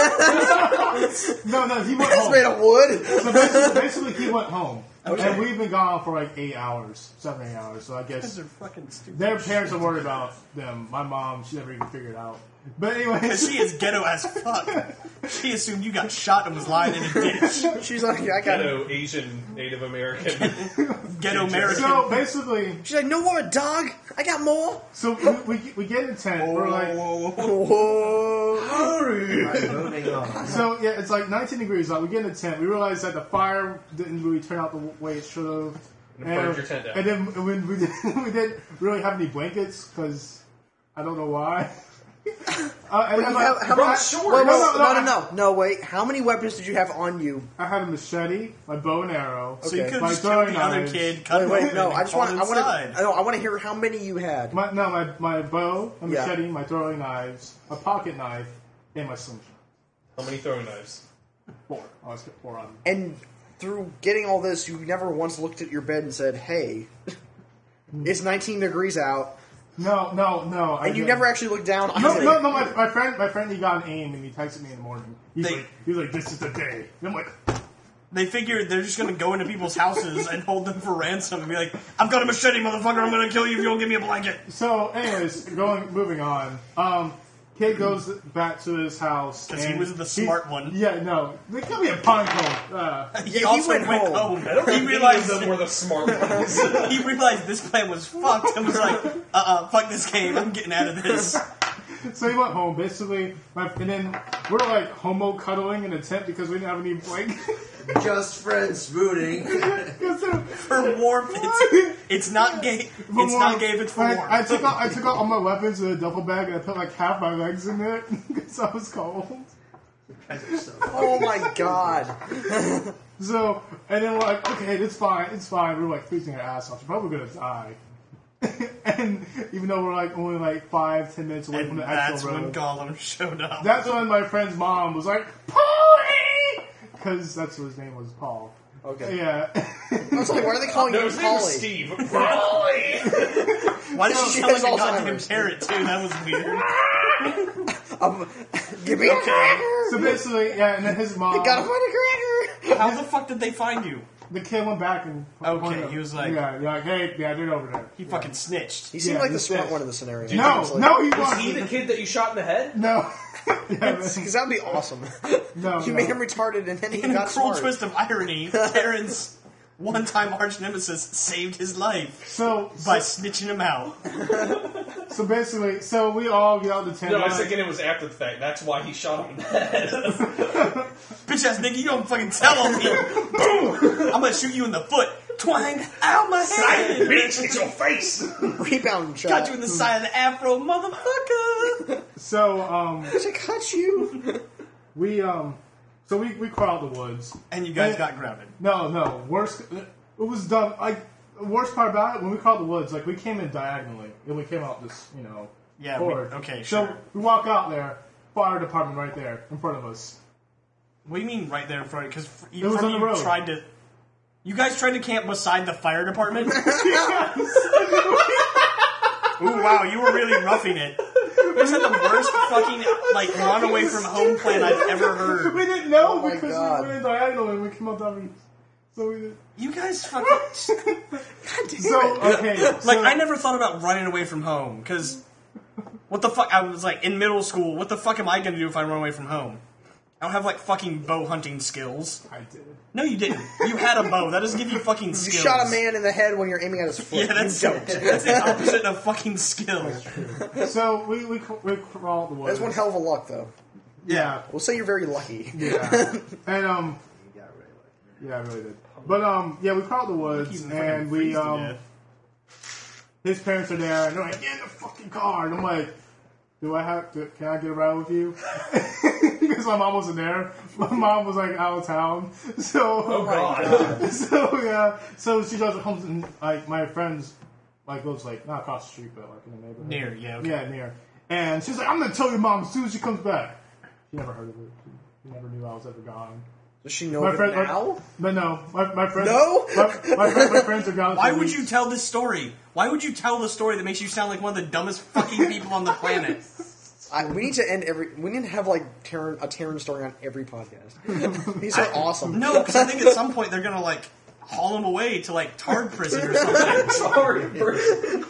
Speaker 5: no no he went
Speaker 4: it's
Speaker 5: home.
Speaker 4: made of wood.
Speaker 5: So basically, basically he went home, and we've been gone for like eight hours, seven eight hours. So I guess
Speaker 1: These are fucking stupid.
Speaker 5: their parents are worried about them. My mom, she never even figured it out. But anyway,
Speaker 1: She is ghetto as fuck. She assumed you got shot and was lying in a ditch.
Speaker 4: She's like, I got
Speaker 3: Ghetto Asian Native American.
Speaker 1: ghetto American.
Speaker 5: So basically,
Speaker 4: She's like, no more, dog. I got more.
Speaker 5: so we, we, we get intent. We're like,
Speaker 4: Whoa.
Speaker 6: Alright, moving on.
Speaker 5: So yeah, it's like 19 degrees. Like we get in a tent, we realize that the fire didn't really turn out the way it should have.
Speaker 3: And burned your tent down.
Speaker 5: and then when we, did, we didn't really have any blankets because I don't know why. uh, and then,
Speaker 4: How,
Speaker 5: like,
Speaker 4: how
Speaker 5: bro,
Speaker 4: much?
Speaker 5: I-
Speaker 4: wait, wait,
Speaker 5: no,
Speaker 4: no,
Speaker 5: no,
Speaker 4: no, no,
Speaker 5: I-
Speaker 4: no, wait. How many weapons did you have on you?
Speaker 5: I had a machete, my bow and arrow.
Speaker 1: So you
Speaker 4: Okay.
Speaker 1: could have
Speaker 5: My
Speaker 1: just killed the
Speaker 5: throwing
Speaker 1: other
Speaker 5: knives.
Speaker 1: kid. Cut
Speaker 4: Wait, wait,
Speaker 1: him
Speaker 4: no.
Speaker 1: and
Speaker 4: I just
Speaker 1: called
Speaker 4: want. I want
Speaker 1: inside.
Speaker 4: to. No, I want to hear how many you had.
Speaker 5: My, no, my my bow, my
Speaker 4: Yeah.
Speaker 5: machete, my throwing knives, my pocket knife, and my slingshot.
Speaker 3: How many throwing knives?
Speaker 5: Four. I always get four on. me.
Speaker 4: And through getting all this, you never once looked at your bed and said, "Hey,
Speaker 5: Hmm.
Speaker 4: it's 19 degrees out,"
Speaker 5: No, no, no. I
Speaker 4: and you
Speaker 5: didn't.
Speaker 4: never actually looked down.
Speaker 5: No, no, no. My, my friend, my friend, he got an aim and he texted me in the morning. He's
Speaker 1: They-
Speaker 5: like, he's like, this is the day. And I'm like,
Speaker 1: They figured they're just gonna go into people's houses and hold them for ransom and be like, I've got a machete, motherfucker, I'm gonna kill you if you don't give me a blanket.
Speaker 5: so. Anyways, going, moving on. Um, kid goes back to his house
Speaker 1: 'Cause he
Speaker 5: and
Speaker 1: was the
Speaker 5: he-
Speaker 1: smart one.
Speaker 5: Yeah, no, they could be a punk hole. Uh,
Speaker 1: He
Speaker 4: he
Speaker 1: also
Speaker 4: went home.
Speaker 3: I don't
Speaker 1: He
Speaker 3: think any of
Speaker 1: realized
Speaker 3: them were the smart ones.
Speaker 1: he realized this plan was fucked and was like, uh uh fuck this game, I'm getting out of this.
Speaker 5: so he went home basically, my, and then we're like homo cuddling in a tent because we didn't have any blankets.
Speaker 6: Just friends spooning.
Speaker 1: For warmth, it's, it's not gay. It's not gay, but for
Speaker 5: I,
Speaker 1: warmth.
Speaker 5: I took out, I took out all my weapons in a duffel bag and I put like half my legs in it because I was cold.
Speaker 4: Oh my god.
Speaker 5: So, and then we're like, okay, it's fine, it's fine. We're like freezing our ass off. We're probably gonna die. and even though we're like only like five, ten minutes away
Speaker 1: and
Speaker 5: from the actual
Speaker 1: that's when
Speaker 5: road,
Speaker 1: Gollum showed up.
Speaker 5: that's when my friend's mom was like, Polly! Because that's what his name was, Paul.
Speaker 4: Okay.
Speaker 5: Yeah.
Speaker 4: I was like, why are they calling
Speaker 3: No,
Speaker 4: you
Speaker 3: his name was
Speaker 4: Polly?
Speaker 3: Steve.
Speaker 1: Why did she
Speaker 4: she
Speaker 1: sound
Speaker 4: has
Speaker 1: like a goddamn
Speaker 4: Alzheimer's.
Speaker 1: parrot too? That was weird.
Speaker 4: Um, give me a cracker.
Speaker 5: so basically, yeah, and then his mom,
Speaker 4: Got a hundred cracker.
Speaker 1: How the fuck did they find you?
Speaker 5: the kid went back and.
Speaker 1: Okay, he was like-
Speaker 5: yeah, like, hey, yeah, they're over there.
Speaker 1: He fucking snitched.
Speaker 4: He seemed
Speaker 5: Yeah,
Speaker 4: like the
Speaker 5: this
Speaker 4: smart
Speaker 5: is-
Speaker 4: one in the scenario.
Speaker 5: No, no, he
Speaker 3: Was he the
Speaker 5: wasn't.
Speaker 3: kid that you shot in the head?
Speaker 5: No. Yeah, but-
Speaker 4: Because that'd be awesome.
Speaker 5: no,
Speaker 4: you
Speaker 5: no.
Speaker 4: made him retarded, and then he
Speaker 1: In a
Speaker 4: got
Speaker 1: cruel
Speaker 4: smart.
Speaker 1: twist of irony, Terran's one-time arch nemesis saved his life
Speaker 5: So,
Speaker 1: by
Speaker 5: so,
Speaker 1: snitching him out.
Speaker 5: so basically, so we all get out of the tent.
Speaker 3: No, I was
Speaker 5: like-
Speaker 3: thinking it was after the fact. That's why he shot him in the head.
Speaker 1: Bitch ass nigga, you don't fucking tell on me. Boom! I'm gonna shoot you in the foot. Twang! Ow, my head!
Speaker 3: Bitch, it's your face!
Speaker 4: Rebound shot.
Speaker 1: Got you in the side of the afro, motherfucker!
Speaker 5: So, um,
Speaker 4: I got you.
Speaker 5: we, um, so we, we crawled the woods.
Speaker 1: And you guys got grounded.
Speaker 5: No, no. Worst. It was dumb. Like the worst part about it when we crawled the woods, like we came in diagonally and we came out this, you know.
Speaker 1: Yeah, we-
Speaker 5: forward.
Speaker 1: okay,
Speaker 5: So
Speaker 1: sure.
Speaker 5: we walk out there, fire department right there in front of us.
Speaker 1: What do you mean right there in front? Because
Speaker 5: It was on the
Speaker 1: you
Speaker 5: road.
Speaker 1: tried to. You guys tried to camp beside the fire department? Ooh, wow, you were really roughing it. You had the worst fucking, like, run away from home plan I've ever heard.
Speaker 5: We didn't know
Speaker 4: Oh my
Speaker 5: because
Speaker 4: God.
Speaker 5: we went in diagonal and we came out dummies. So we did.
Speaker 1: You guys fucking.
Speaker 5: So okay.
Speaker 1: Like,
Speaker 5: so,
Speaker 1: I never thought about running away from home, because what the fuck? I was like in middle school, what the fuck am I gonna do if I run away from home? I don't have like fucking bow hunting skills.
Speaker 5: I did.
Speaker 1: No, you didn't. You had a bow. That doesn't give you fucking
Speaker 4: You
Speaker 1: skills.
Speaker 4: shot a man in the head when you're aiming at his foot.
Speaker 1: Yeah, that's,
Speaker 4: you don't.
Speaker 1: that's the opposite of fucking skill.
Speaker 5: So we we, ca- we crawled the woods.
Speaker 4: That's one hell of a luck, though.
Speaker 5: yeah.
Speaker 4: We'll say you're very lucky.
Speaker 5: Yeah. and um.
Speaker 6: Yeah, really. like,
Speaker 5: Yeah, I really did. But um, yeah, we crawled the woods
Speaker 1: He's fucking
Speaker 5: and
Speaker 1: freeze
Speaker 5: we
Speaker 1: to
Speaker 5: um.
Speaker 1: death.
Speaker 5: his parents are there, and they're like, "Get in the fucking car." And I'm like, "Do I have? To, can I get a ride with you?" because my mom wasn't there. My mom was like out of town, so
Speaker 3: Oh, God.
Speaker 5: so yeah, so she goes home and like my friends, like lives like not across the street, but like in the neighborhood.
Speaker 1: Near, yeah, okay.
Speaker 5: yeah, near. And she's like, "I'm gonna tell your mom as soon as she comes back." She never heard of it. She never knew I was ever gone.
Speaker 4: Does she know
Speaker 5: My
Speaker 4: it
Speaker 5: friend, my-
Speaker 4: now?
Speaker 5: but no, my, my friends,
Speaker 4: No?
Speaker 5: my, my, friend, my friends are gone.
Speaker 1: Why
Speaker 5: for
Speaker 1: would
Speaker 5: weeks.
Speaker 1: you tell this story? Why would you tell the story that makes you sound like one of the dumbest fucking people on the planet?
Speaker 4: I, we need to end every. We need to have like Terran, a Terran story on every podcast. These are awesome.
Speaker 1: No, because I think at some point they're gonna like haul him away to like Tard prison or something.
Speaker 3: Sorry, bro.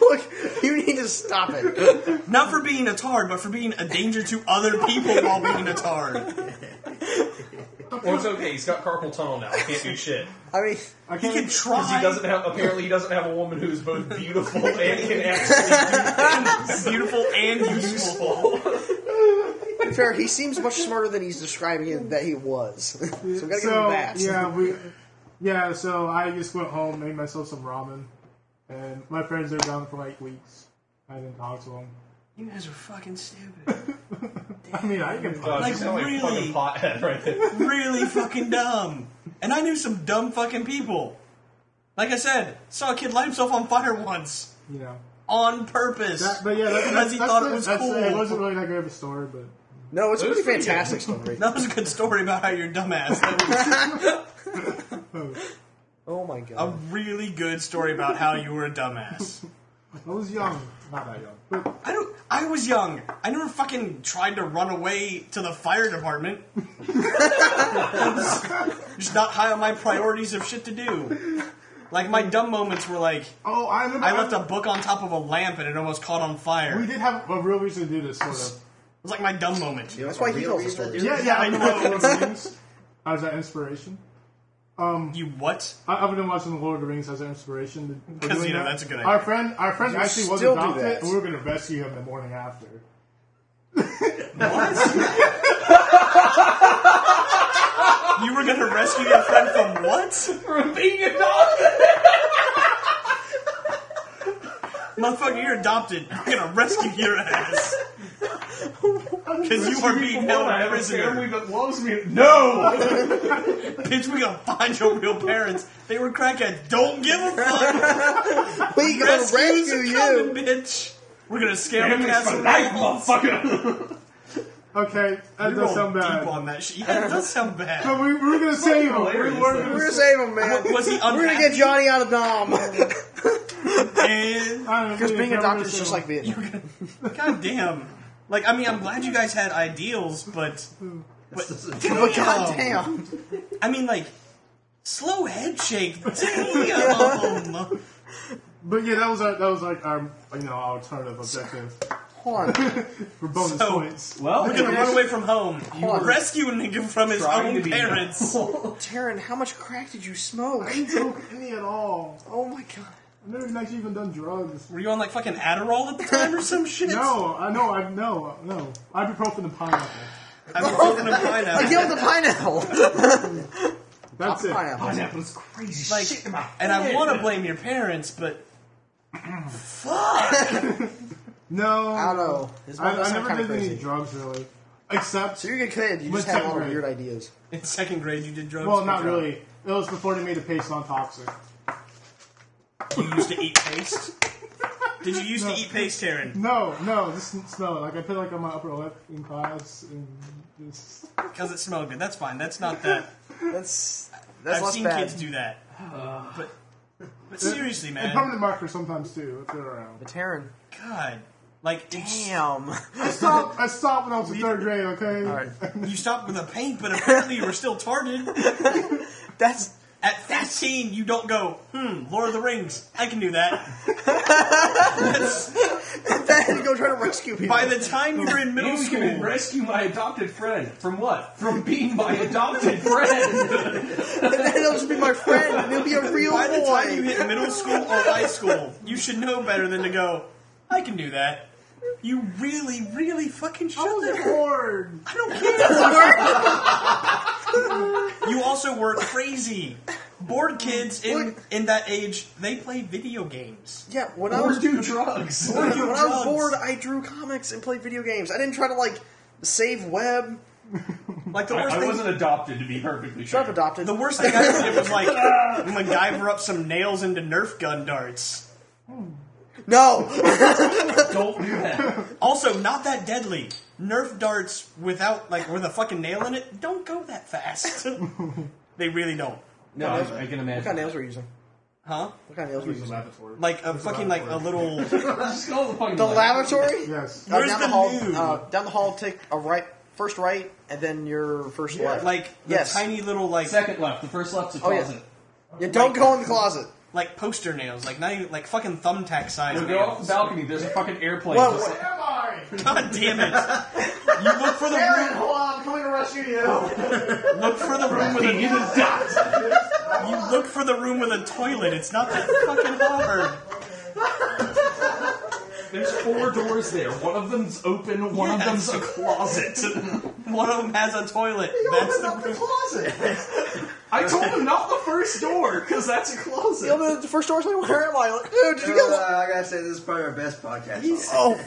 Speaker 4: look, you need to stop it.
Speaker 1: Not for being a tard, but for being a danger to other people while being a tard.
Speaker 5: the
Speaker 3: Well, it's
Speaker 5: fuck?
Speaker 3: okay. He's got carpal tunnel now. He can't do shit
Speaker 4: I mean,
Speaker 5: I can't.
Speaker 1: can
Speaker 3: because
Speaker 1: try.
Speaker 3: he doesn't have. Apparently, he doesn't have a woman who's both beautiful and can actually do things.
Speaker 11: Beautiful and useful.
Speaker 4: to be fair, he seems much smarter than he's describing it that he was. so we gotta give him
Speaker 5: so
Speaker 4: that.
Speaker 5: yeah, we yeah. So I just went home, made myself some ramen, and my friends are gone for like weeks. I didn't talk to them.
Speaker 1: You guys are fucking stupid.
Speaker 5: I mean, I can.
Speaker 3: God,
Speaker 1: Like,
Speaker 3: you sound like a
Speaker 1: really?
Speaker 3: fucking pothead right there.
Speaker 1: really fucking dumb. And I knew some dumb fucking people. Like I said, saw a kid light himself on fire once
Speaker 5: You know.
Speaker 1: on purpose.
Speaker 5: That, but yeah, that,
Speaker 1: Because
Speaker 5: that's,
Speaker 1: he
Speaker 5: that's
Speaker 1: thought it
Speaker 5: the-
Speaker 1: was
Speaker 5: that's-
Speaker 1: cool.
Speaker 5: It wasn't really that great of a story, but
Speaker 4: No, it's a
Speaker 3: It was
Speaker 4: pretty
Speaker 3: pretty
Speaker 4: fantastic story.
Speaker 1: that was a good story about how you're dumbass. That was
Speaker 4: Oh my
Speaker 1: a
Speaker 4: god.
Speaker 1: really good story about how you were a dumbass.
Speaker 5: I was young. Not that young. But
Speaker 1: I don't. I was young. I never fucking tried to run away to the fire department. Just not high on my priorities of shit to do. Like my dumb moments were like
Speaker 5: oh, I remember.
Speaker 1: I left a book on top of a lamp and it almost caught on fire.
Speaker 5: We
Speaker 1: It
Speaker 5: did have a real reason to do this, sort of.
Speaker 1: was like my dumb moment.
Speaker 6: You know,
Speaker 4: That's why
Speaker 6: a
Speaker 4: he
Speaker 6: real
Speaker 4: tells the
Speaker 6: reason to do
Speaker 4: stories.
Speaker 6: this?
Speaker 5: Yeah, yeah, I know. Lord of the Rings as an inspiration. Um,
Speaker 1: You what?
Speaker 5: I, I've been watching the Lord of the Rings as an inspiration. for
Speaker 1: Because,
Speaker 5: doing
Speaker 1: you know,
Speaker 5: that.
Speaker 1: that's a good
Speaker 5: Our
Speaker 1: idea.
Speaker 5: friend, our friend actually was
Speaker 4: still do
Speaker 5: adopted,
Speaker 4: that.
Speaker 5: and we were going to rescue him the morning after.
Speaker 1: You were gonna rescue your friend from what?
Speaker 3: From being a dog.
Speaker 1: Motherfucker, you're adopted. I'm gonna rescue your ass. Because you are being held
Speaker 3: I have a
Speaker 1: prisoner.
Speaker 3: family that loves me. No.
Speaker 1: Bitch, we gonna find your real parents. They were crackheads. Don't give a fuck.
Speaker 4: We gonna rescue
Speaker 1: Rescues are
Speaker 4: you!
Speaker 1: coming, bitch. We're gonna scare the
Speaker 3: Family's
Speaker 1: castle.
Speaker 3: for life, motherfucker.
Speaker 5: Okay,
Speaker 1: You're
Speaker 5: that does
Speaker 1: going
Speaker 5: sound bad.
Speaker 1: deep on that shit. Yeah, it does sound
Speaker 5: But
Speaker 1: bad.
Speaker 5: we, we were going to save him. We
Speaker 3: hilarious, though.
Speaker 5: were going
Speaker 4: We're gonna
Speaker 5: to.
Speaker 4: save him, man.
Speaker 1: Was he
Speaker 4: We're gonna get
Speaker 1: unhappy?
Speaker 4: Johnny out of Dom.
Speaker 1: And
Speaker 4: Because being adopted is just like being.
Speaker 1: God damn. Like, I mean, I'm glad you guys had ideals, but. But,
Speaker 4: But goddamn.
Speaker 1: I mean, like, slow head shake. Damn.
Speaker 5: But yeah, that was our that was like our you know our alternative objective
Speaker 4: Hold on.
Speaker 5: for bonus
Speaker 1: So-
Speaker 5: points.
Speaker 3: Well,
Speaker 1: We're gonna run away from home.
Speaker 4: were
Speaker 1: Rescue a nigga from his
Speaker 3: trying
Speaker 1: own
Speaker 3: to be-
Speaker 1: parents.
Speaker 4: Taryn, how much crack did you smoke?
Speaker 5: I didn't smoke any at all.
Speaker 4: Oh my god.
Speaker 5: I've never actually even done drugs.
Speaker 1: Were you on, like, fucking Adderall at the time or some shit?
Speaker 5: No, I no, I no, no. Ibuprofen and pineapple.
Speaker 1: I was open to pineapple.
Speaker 4: I yelled the pineapple!
Speaker 5: That's it.
Speaker 4: pineapple.
Speaker 3: Pineapple's crazy
Speaker 1: Like,
Speaker 3: shit in my
Speaker 1: and I
Speaker 3: head.
Speaker 1: want to blame your parents, but.
Speaker 5: No,
Speaker 4: I don't know. His
Speaker 5: I,
Speaker 4: mouth does
Speaker 5: I
Speaker 4: sound
Speaker 5: never
Speaker 4: kinda
Speaker 5: did
Speaker 4: crazy.
Speaker 5: any drugs really, except
Speaker 4: So you're a good kid, you
Speaker 5: With
Speaker 4: just have a lot of
Speaker 5: temporary.
Speaker 4: weird ideas.
Speaker 1: In second grade, you did drugs?
Speaker 5: well, not really. It was before they made the paste on toxic.
Speaker 1: You used to eat paste? Did you used to eat paste, Taryn?
Speaker 5: No, no, just didn't smell it. Like I put it, like on my upper lip in class, and just
Speaker 1: Because it smelled good. That's fine. That's not that.
Speaker 4: That's. That's
Speaker 1: I've
Speaker 4: less
Speaker 1: seen
Speaker 4: bad.
Speaker 1: kids do that. But, but seriously,
Speaker 5: and
Speaker 1: man.
Speaker 5: permanent marker sometimes too if they're around.
Speaker 4: But Taryn.
Speaker 1: God. Like, it's-
Speaker 4: Damn.
Speaker 5: I stopped. I stopped when I was in third grade. Okay.
Speaker 4: Alright.
Speaker 1: you stopped with a paint, but apparently you were still tarted.
Speaker 4: That's.
Speaker 1: At 15, you don't go, hmm, Lord of the Rings, I can do that.
Speaker 4: Then go try to rescue people.
Speaker 1: By the time you were in middle
Speaker 3: You can
Speaker 1: school,
Speaker 3: rescue my adopted friend from what? From being my adopted friend.
Speaker 4: and then he'll just be my friend, and he'll be a real
Speaker 1: by the time you
Speaker 4: boy.
Speaker 1: hit middle school or high school, you should know better than to go, I can do that. You really, really fucking should. I
Speaker 5: Bored.
Speaker 1: don't care. you also were crazy. Bored kids in, in that age, they play video games.
Speaker 4: Yeah, when I
Speaker 3: or
Speaker 4: was
Speaker 3: do drugs.
Speaker 4: when I was
Speaker 1: drugs.
Speaker 4: bored, I drew comics and played video games. I didn't try to like save web.
Speaker 1: Like the
Speaker 3: I,
Speaker 1: worst
Speaker 3: I
Speaker 1: thing.
Speaker 3: wasn't adopted to be perfectly sure.
Speaker 4: Shut up, adopted.
Speaker 1: The worst thing I ever did was like MacGyver up some nails into Nerf gun darts.
Speaker 4: no,
Speaker 3: Don't do that.
Speaker 1: Also, not that deadly. Nerf darts without like with a fucking nail in it don't go that fast. they really don't,
Speaker 3: No, I, I can
Speaker 4: what kind of
Speaker 3: imagine.
Speaker 4: nails were you using?
Speaker 1: huh?
Speaker 4: What kind of nails were you using?
Speaker 5: Laboratory.
Speaker 1: Like a fucking like a little.
Speaker 3: Just go to the fucking
Speaker 4: The
Speaker 3: lab.
Speaker 4: lavatory.
Speaker 5: Yes.
Speaker 4: Uh,
Speaker 1: Where's
Speaker 4: down
Speaker 1: the
Speaker 4: the, hall.
Speaker 1: nude?
Speaker 4: Uh, down the hall, take a right, first right, and then your first left.
Speaker 1: Like the
Speaker 4: Yes.
Speaker 1: tiny little like
Speaker 3: Second left. The first left's a
Speaker 4: Oh, yeah.
Speaker 3: closet.
Speaker 4: yeah, don't go in the closet.
Speaker 1: like poster nails, like not even like fucking thumbtack size
Speaker 3: Go off the
Speaker 1: nails.
Speaker 3: balcony. There's a fucking airplane.
Speaker 4: Well,
Speaker 3: Just-
Speaker 4: what-
Speaker 5: Am I?
Speaker 1: God damn it! You look for the room.
Speaker 5: Hold on, I'm coming rushing you.
Speaker 1: Look for the room with a You look for the room with a toilet. It's not that fucking Harvard.
Speaker 3: There's four doors there. One of them's open. One
Speaker 1: Yeah,
Speaker 3: of them's a
Speaker 1: it's-
Speaker 3: closet.
Speaker 1: One of them has a toilet. That's the
Speaker 6: Open up
Speaker 1: room.
Speaker 6: the closet.
Speaker 3: I told him not the first door because that's a closet.
Speaker 4: You know, the first door's like, where am I? Like, dude, did you get that?
Speaker 6: Uh, I gotta say, this is probably our best podcast.
Speaker 4: Oh,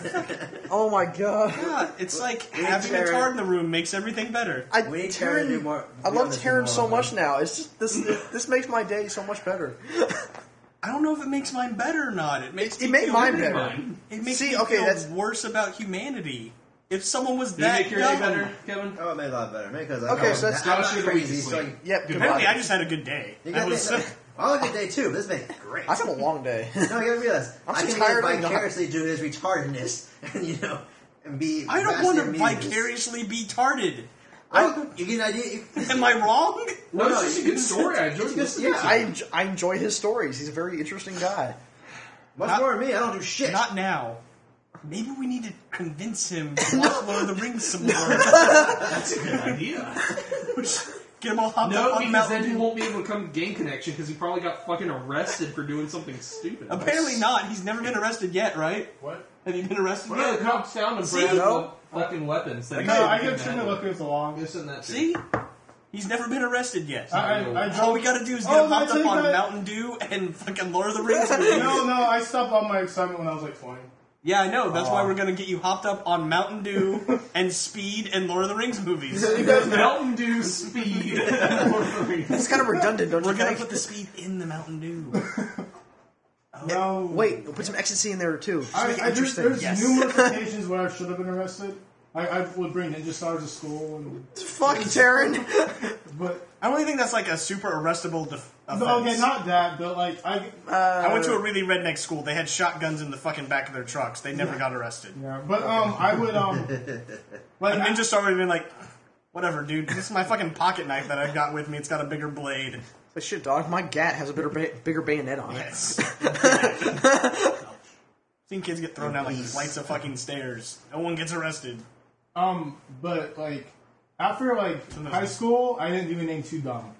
Speaker 4: oh my god.
Speaker 1: Yeah, it's like
Speaker 6: need
Speaker 1: having a
Speaker 6: Jared.
Speaker 1: tard in the room makes everything better.
Speaker 4: I,
Speaker 6: We need Taryn to do
Speaker 4: Taryn,
Speaker 6: more-
Speaker 4: I
Speaker 6: be
Speaker 4: love
Speaker 6: honest
Speaker 4: Taryn
Speaker 6: with
Speaker 4: so
Speaker 6: more,
Speaker 4: much now. It's just this. This makes my day so much better.
Speaker 1: I don't know if it makes mine better or not. It makes
Speaker 4: It
Speaker 1: me
Speaker 4: made
Speaker 1: feel-
Speaker 4: mine better.
Speaker 3: Mine.
Speaker 1: It makes
Speaker 4: See,
Speaker 1: me
Speaker 4: okay,
Speaker 1: feel
Speaker 4: that's-
Speaker 1: worse about humanity. If someone was
Speaker 3: Did it
Speaker 1: that
Speaker 3: make your day
Speaker 1: dumb,
Speaker 3: better, Kevin?
Speaker 6: Oh, it made a lot better. Because I
Speaker 4: Okay,
Speaker 6: know
Speaker 4: so that's-
Speaker 6: I'm
Speaker 3: How
Speaker 6: not
Speaker 3: should we
Speaker 6: crazy.
Speaker 3: just
Speaker 6: So
Speaker 3: like-
Speaker 6: you-
Speaker 4: Yep.
Speaker 1: Apparently,
Speaker 4: Goodbye.
Speaker 1: I just had a good day.
Speaker 6: you
Speaker 1: I
Speaker 6: gotta
Speaker 1: was
Speaker 6: think, like, I had a good day too. This made it great.
Speaker 4: I've had a long day.
Speaker 6: No, you gotta realize
Speaker 4: I'm
Speaker 6: I
Speaker 4: so
Speaker 6: can
Speaker 4: tired
Speaker 6: live
Speaker 4: I'm not-
Speaker 6: vicariously through his retardedness, and you know, and be.
Speaker 1: I don't
Speaker 6: vastly
Speaker 1: want to
Speaker 6: amused.
Speaker 1: vicariously be tarded.
Speaker 6: Well, you get an idea. you-
Speaker 1: Am I wrong?
Speaker 3: No,
Speaker 6: no,
Speaker 3: it's just a good story. I enjoyed
Speaker 6: Just,
Speaker 3: listening
Speaker 6: yeah,
Speaker 4: I, enj- I enjoy his stories. He's a very interesting guy.
Speaker 6: much
Speaker 1: Not-
Speaker 6: more than me. I don't do shit.
Speaker 1: Not now. Maybe we need to convince him to watch Lord of the Rings some more.
Speaker 3: to the idea.
Speaker 1: Get him all hopped up
Speaker 3: No,
Speaker 1: on
Speaker 3: because
Speaker 1: Mountain
Speaker 3: then he
Speaker 1: Dew.
Speaker 3: won't be able to come to Game Connection because he probably got fucking arrested for doing something stupid.
Speaker 1: Apparently not. He's never been arrested yet, right?
Speaker 5: What?
Speaker 1: Have you been arrested
Speaker 3: Yeah, the
Speaker 1: yet?
Speaker 3: cops found him for having
Speaker 4: no.
Speaker 3: fucking weapons. That
Speaker 5: No, I
Speaker 3: shouldn't
Speaker 5: give
Speaker 3: have
Speaker 5: Tim the
Speaker 3: had.
Speaker 5: look as long.
Speaker 3: This and that. too.
Speaker 1: See? He's never been arrested yet.
Speaker 5: I, I, I
Speaker 1: all
Speaker 5: drove.
Speaker 1: we gotta do is get
Speaker 5: Oh,
Speaker 1: him hopped
Speaker 5: that's
Speaker 1: up on
Speaker 5: right.
Speaker 1: Mountain Dew and fucking Lord of the Rings.
Speaker 5: No,
Speaker 1: movies.
Speaker 5: no, I stopped all my excitement when I was like 20.
Speaker 1: yeah, I know. That's why we're gonna get you hopped up on Mountain Dew and Speed and Lord of the Rings movies.
Speaker 3: Mountain Dew speed.
Speaker 4: It's kind of redundant, don't you
Speaker 1: We're gonna
Speaker 4: think?
Speaker 1: put the speed in the Mountain Dew.
Speaker 5: No.
Speaker 4: Wait, we'll put some ecstasy in there too. Just
Speaker 5: I,
Speaker 4: make it
Speaker 5: I just,
Speaker 4: interesting.
Speaker 5: there's
Speaker 1: yes.
Speaker 5: numerous occasions where I should have been arrested. I, I would bring ninja stars to school, and,
Speaker 4: Fuck Taryn.
Speaker 5: but
Speaker 1: I don't think that's like a super arrestable def- offense.
Speaker 5: no, okay, not Uh, that, but like I,
Speaker 1: I went to a really redneck school. They had shotguns in the fucking back of their trucks. They never got arrested.
Speaker 5: yeah, but um, I would um, like
Speaker 1: And Ninja Star would have been like, whatever, dude. This is my fucking pocket knife that I've got with me. It's got a bigger blade.
Speaker 4: But shit, dog, my gat has a bigger, ba- bigger bayonet on it.
Speaker 1: Yes. Seen kids get thrown down like flights of fucking stairs. No one gets arrested.
Speaker 5: Um, but like after like high school, I didn't do anything too dumb.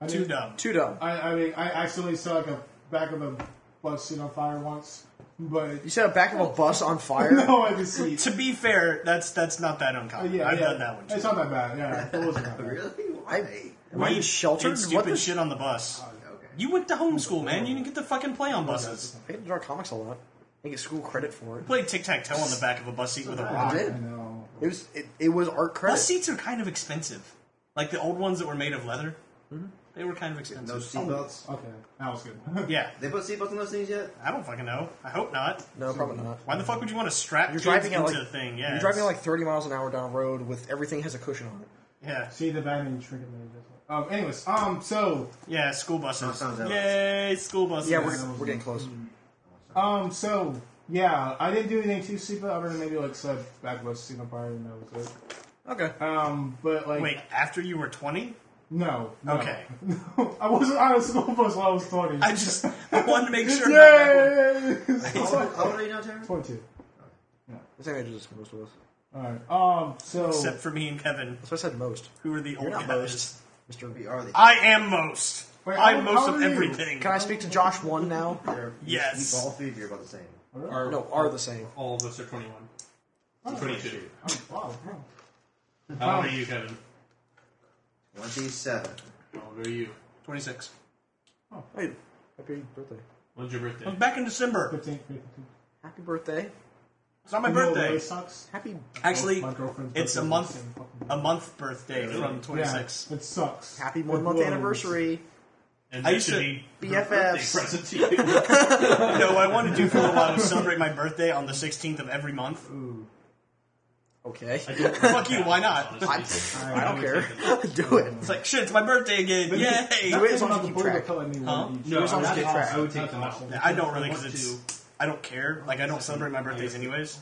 Speaker 5: I
Speaker 1: Too
Speaker 5: didn't-
Speaker 1: dumb.
Speaker 4: Too dumb.
Speaker 5: I, I mean, I accidentally set like a back of a bus seat on fire once, but
Speaker 4: You set a back of a bus on fire.
Speaker 5: no, I could see.
Speaker 1: To be fair, that's that's not that uncommon.
Speaker 5: Yeah,
Speaker 1: I've
Speaker 5: yeah.
Speaker 1: done that one too.
Speaker 5: It's not that bad. Yeah, it wasn't that bad.
Speaker 6: really? Why?
Speaker 4: I, am I in shelter?
Speaker 1: Did
Speaker 4: What
Speaker 1: stupid
Speaker 4: the
Speaker 1: shit on the bus.
Speaker 6: okay.
Speaker 1: You went to homeschool, man. You didn't get to fucking play on buses.
Speaker 4: I get to draw comics a lot. I get school credit for it.
Speaker 1: Played tic tac toe on the back of a bus seat with a
Speaker 4: I
Speaker 1: rock.
Speaker 4: did.
Speaker 5: Ah, I know.
Speaker 4: It was it, it was art credit.
Speaker 1: Bus seats are kind of expensive. Like the old ones that were made of leather, they were kind of
Speaker 6: No
Speaker 1: expensive.
Speaker 4: Oh.
Speaker 6: seatbelts.
Speaker 5: Okay, that was good.
Speaker 1: Yeah,
Speaker 6: They put seatbelts on those things yet?
Speaker 1: I don't fucking know. I hope not.
Speaker 4: no, probably not.
Speaker 1: Why the fuck would you want to strap
Speaker 4: You're
Speaker 1: kids
Speaker 4: driving at
Speaker 1: into
Speaker 4: like
Speaker 1: the thing? Yeah,
Speaker 4: you're driving at like 30 miles an hour down a road with everything has a cushion on it.
Speaker 1: yeah,
Speaker 5: see the bad and shrink it. Um. Anyways, um. So,
Speaker 1: yeah. School buses.
Speaker 6: sounds out.
Speaker 1: Yay, school buses.
Speaker 4: Yeah, we're, we're getting close.
Speaker 5: um. So, yeah, I didn't do anything too stupid. Other than maybe like set back of a bus seat on fire, and that was it.
Speaker 4: Okay.
Speaker 5: Um. But like,
Speaker 1: Wait, after you were twenty?
Speaker 5: no. no.
Speaker 1: Okay,
Speaker 5: I wasn't on a school bus while I was 20.
Speaker 1: I just I wanted to make sure. about
Speaker 5: Yay!
Speaker 6: How old- how old are you now, Taryn?
Speaker 5: 22.
Speaker 4: I think I did this most of us.
Speaker 5: Alright, um, so.
Speaker 1: that. Except for me and Kevin,
Speaker 4: That's what I said most.
Speaker 1: who are the
Speaker 4: You're
Speaker 1: old
Speaker 4: not
Speaker 1: guys.
Speaker 4: most. Mr.
Speaker 6: We are the.
Speaker 1: I am most.
Speaker 5: Wait,
Speaker 1: I'm
Speaker 5: how-
Speaker 1: most
Speaker 5: how
Speaker 1: of
Speaker 5: are you?
Speaker 1: everything.
Speaker 4: Can I speak to Josh one now?
Speaker 6: They're- you-
Speaker 1: Yes.
Speaker 6: You all three of you are about the same.
Speaker 3: Are-
Speaker 4: No, are the same.
Speaker 3: All of us are 21. 22.
Speaker 5: um, wow, wow.
Speaker 3: How old are you, Kevin?
Speaker 6: 27.
Speaker 3: How old are you?
Speaker 1: Twenty-six.
Speaker 4: Hey, happy birthday.
Speaker 3: When's your birthday?
Speaker 1: Back in December.
Speaker 5: 15,
Speaker 4: Happy birthday.
Speaker 1: It's not my
Speaker 5: It
Speaker 1: birthday.
Speaker 5: really sucks.
Speaker 4: Happy.
Speaker 1: Actually,
Speaker 5: My girlfriend's
Speaker 1: it's a
Speaker 5: birthday
Speaker 1: month.
Speaker 5: was the same fucking
Speaker 1: A
Speaker 5: day.
Speaker 1: month birthday from
Speaker 5: Yeah,
Speaker 1: 26.
Speaker 5: It sucks.
Speaker 4: Happy
Speaker 5: It
Speaker 4: one month
Speaker 5: blows.
Speaker 4: anniversary.
Speaker 3: And
Speaker 1: I
Speaker 3: that
Speaker 1: used
Speaker 3: should
Speaker 1: to-
Speaker 3: be your birthday
Speaker 4: BFFs.
Speaker 3: present to you.
Speaker 1: No, what I want to do for a while is celebrate my birthday on the 16th of every month.
Speaker 4: Okay.
Speaker 1: Fuck you, why not?
Speaker 4: I, I don't care. Do it.
Speaker 1: It's like, shit, it's my birthday again.
Speaker 5: That
Speaker 4: Do
Speaker 1: Yay!
Speaker 4: it as long
Speaker 5: thing
Speaker 4: as
Speaker 5: about
Speaker 4: you
Speaker 5: the
Speaker 4: keep
Speaker 5: bullet
Speaker 4: track.
Speaker 5: killing me when
Speaker 1: Huh?
Speaker 5: you
Speaker 3: No,
Speaker 5: choose-
Speaker 3: I would
Speaker 5: That's
Speaker 3: take-
Speaker 5: awesome.
Speaker 3: I would take them out.
Speaker 5: That's awesome.
Speaker 1: I don't really, because
Speaker 3: I want
Speaker 1: it's. I don't care. Like, I don't celebrate my birthdays anyways.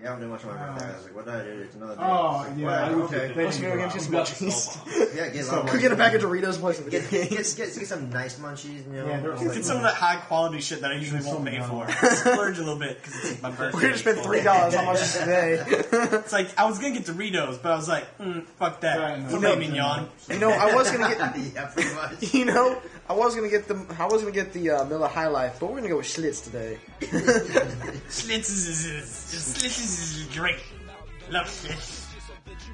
Speaker 6: Yeah, I don't know much about that. I was like, what did I do? It's another day.
Speaker 5: Oh,
Speaker 6: It's like,
Speaker 5: yeah,
Speaker 6: whatever,
Speaker 5: I would
Speaker 6: okay.
Speaker 5: think that.
Speaker 4: Let's go get you some
Speaker 3: Got the
Speaker 4: munchies.
Speaker 3: spell
Speaker 6: Yeah, get a lot of
Speaker 4: Could get a
Speaker 6: munchies.
Speaker 4: pack of Doritos, play some video
Speaker 6: Get, get,
Speaker 4: games.
Speaker 6: get, get some nice munchies, you know.
Speaker 5: Yeah, they're
Speaker 6: Like,
Speaker 5: cute.
Speaker 1: It's some of that high quality shit that I usually won't pay for. Splurge a little bit because it's my birthday.
Speaker 4: We're gonna spend three dollars on munchies today.
Speaker 1: It's like I was gonna get Doritos, but I was like, mm, fuck
Speaker 5: Right,
Speaker 1: that.
Speaker 5: no.
Speaker 1: Filet
Speaker 5: No.
Speaker 1: mignon.
Speaker 4: You know, I was gonna get.
Speaker 6: yeah, pretty much.
Speaker 4: You know, I was gonna get the I was gonna get the uh, Miller High Life, but we're gonna go with Schlitz today.
Speaker 1: Schlitz is, is, is, Schlitz is, is great. Love Schlitz.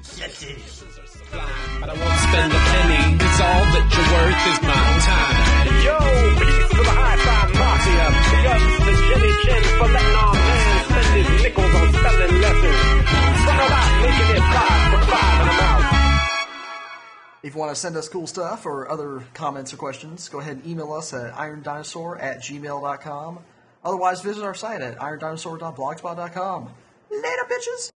Speaker 1: Schlitz is.
Speaker 12: But I won't spend a penny, cause all that you're worth is my time.
Speaker 2: Yo, please for the high five mafia. Big up the Jenny Chin for letting our man spend his nickels on spelling lessons. From about making it five for five and I'm out.
Speaker 4: If you want to send us cool stuff or other comments or questions, go ahead and email us at irondinosaur at gmail.com. Otherwise, visit our site at irondinosaur.blogspot.com. Later, bitches!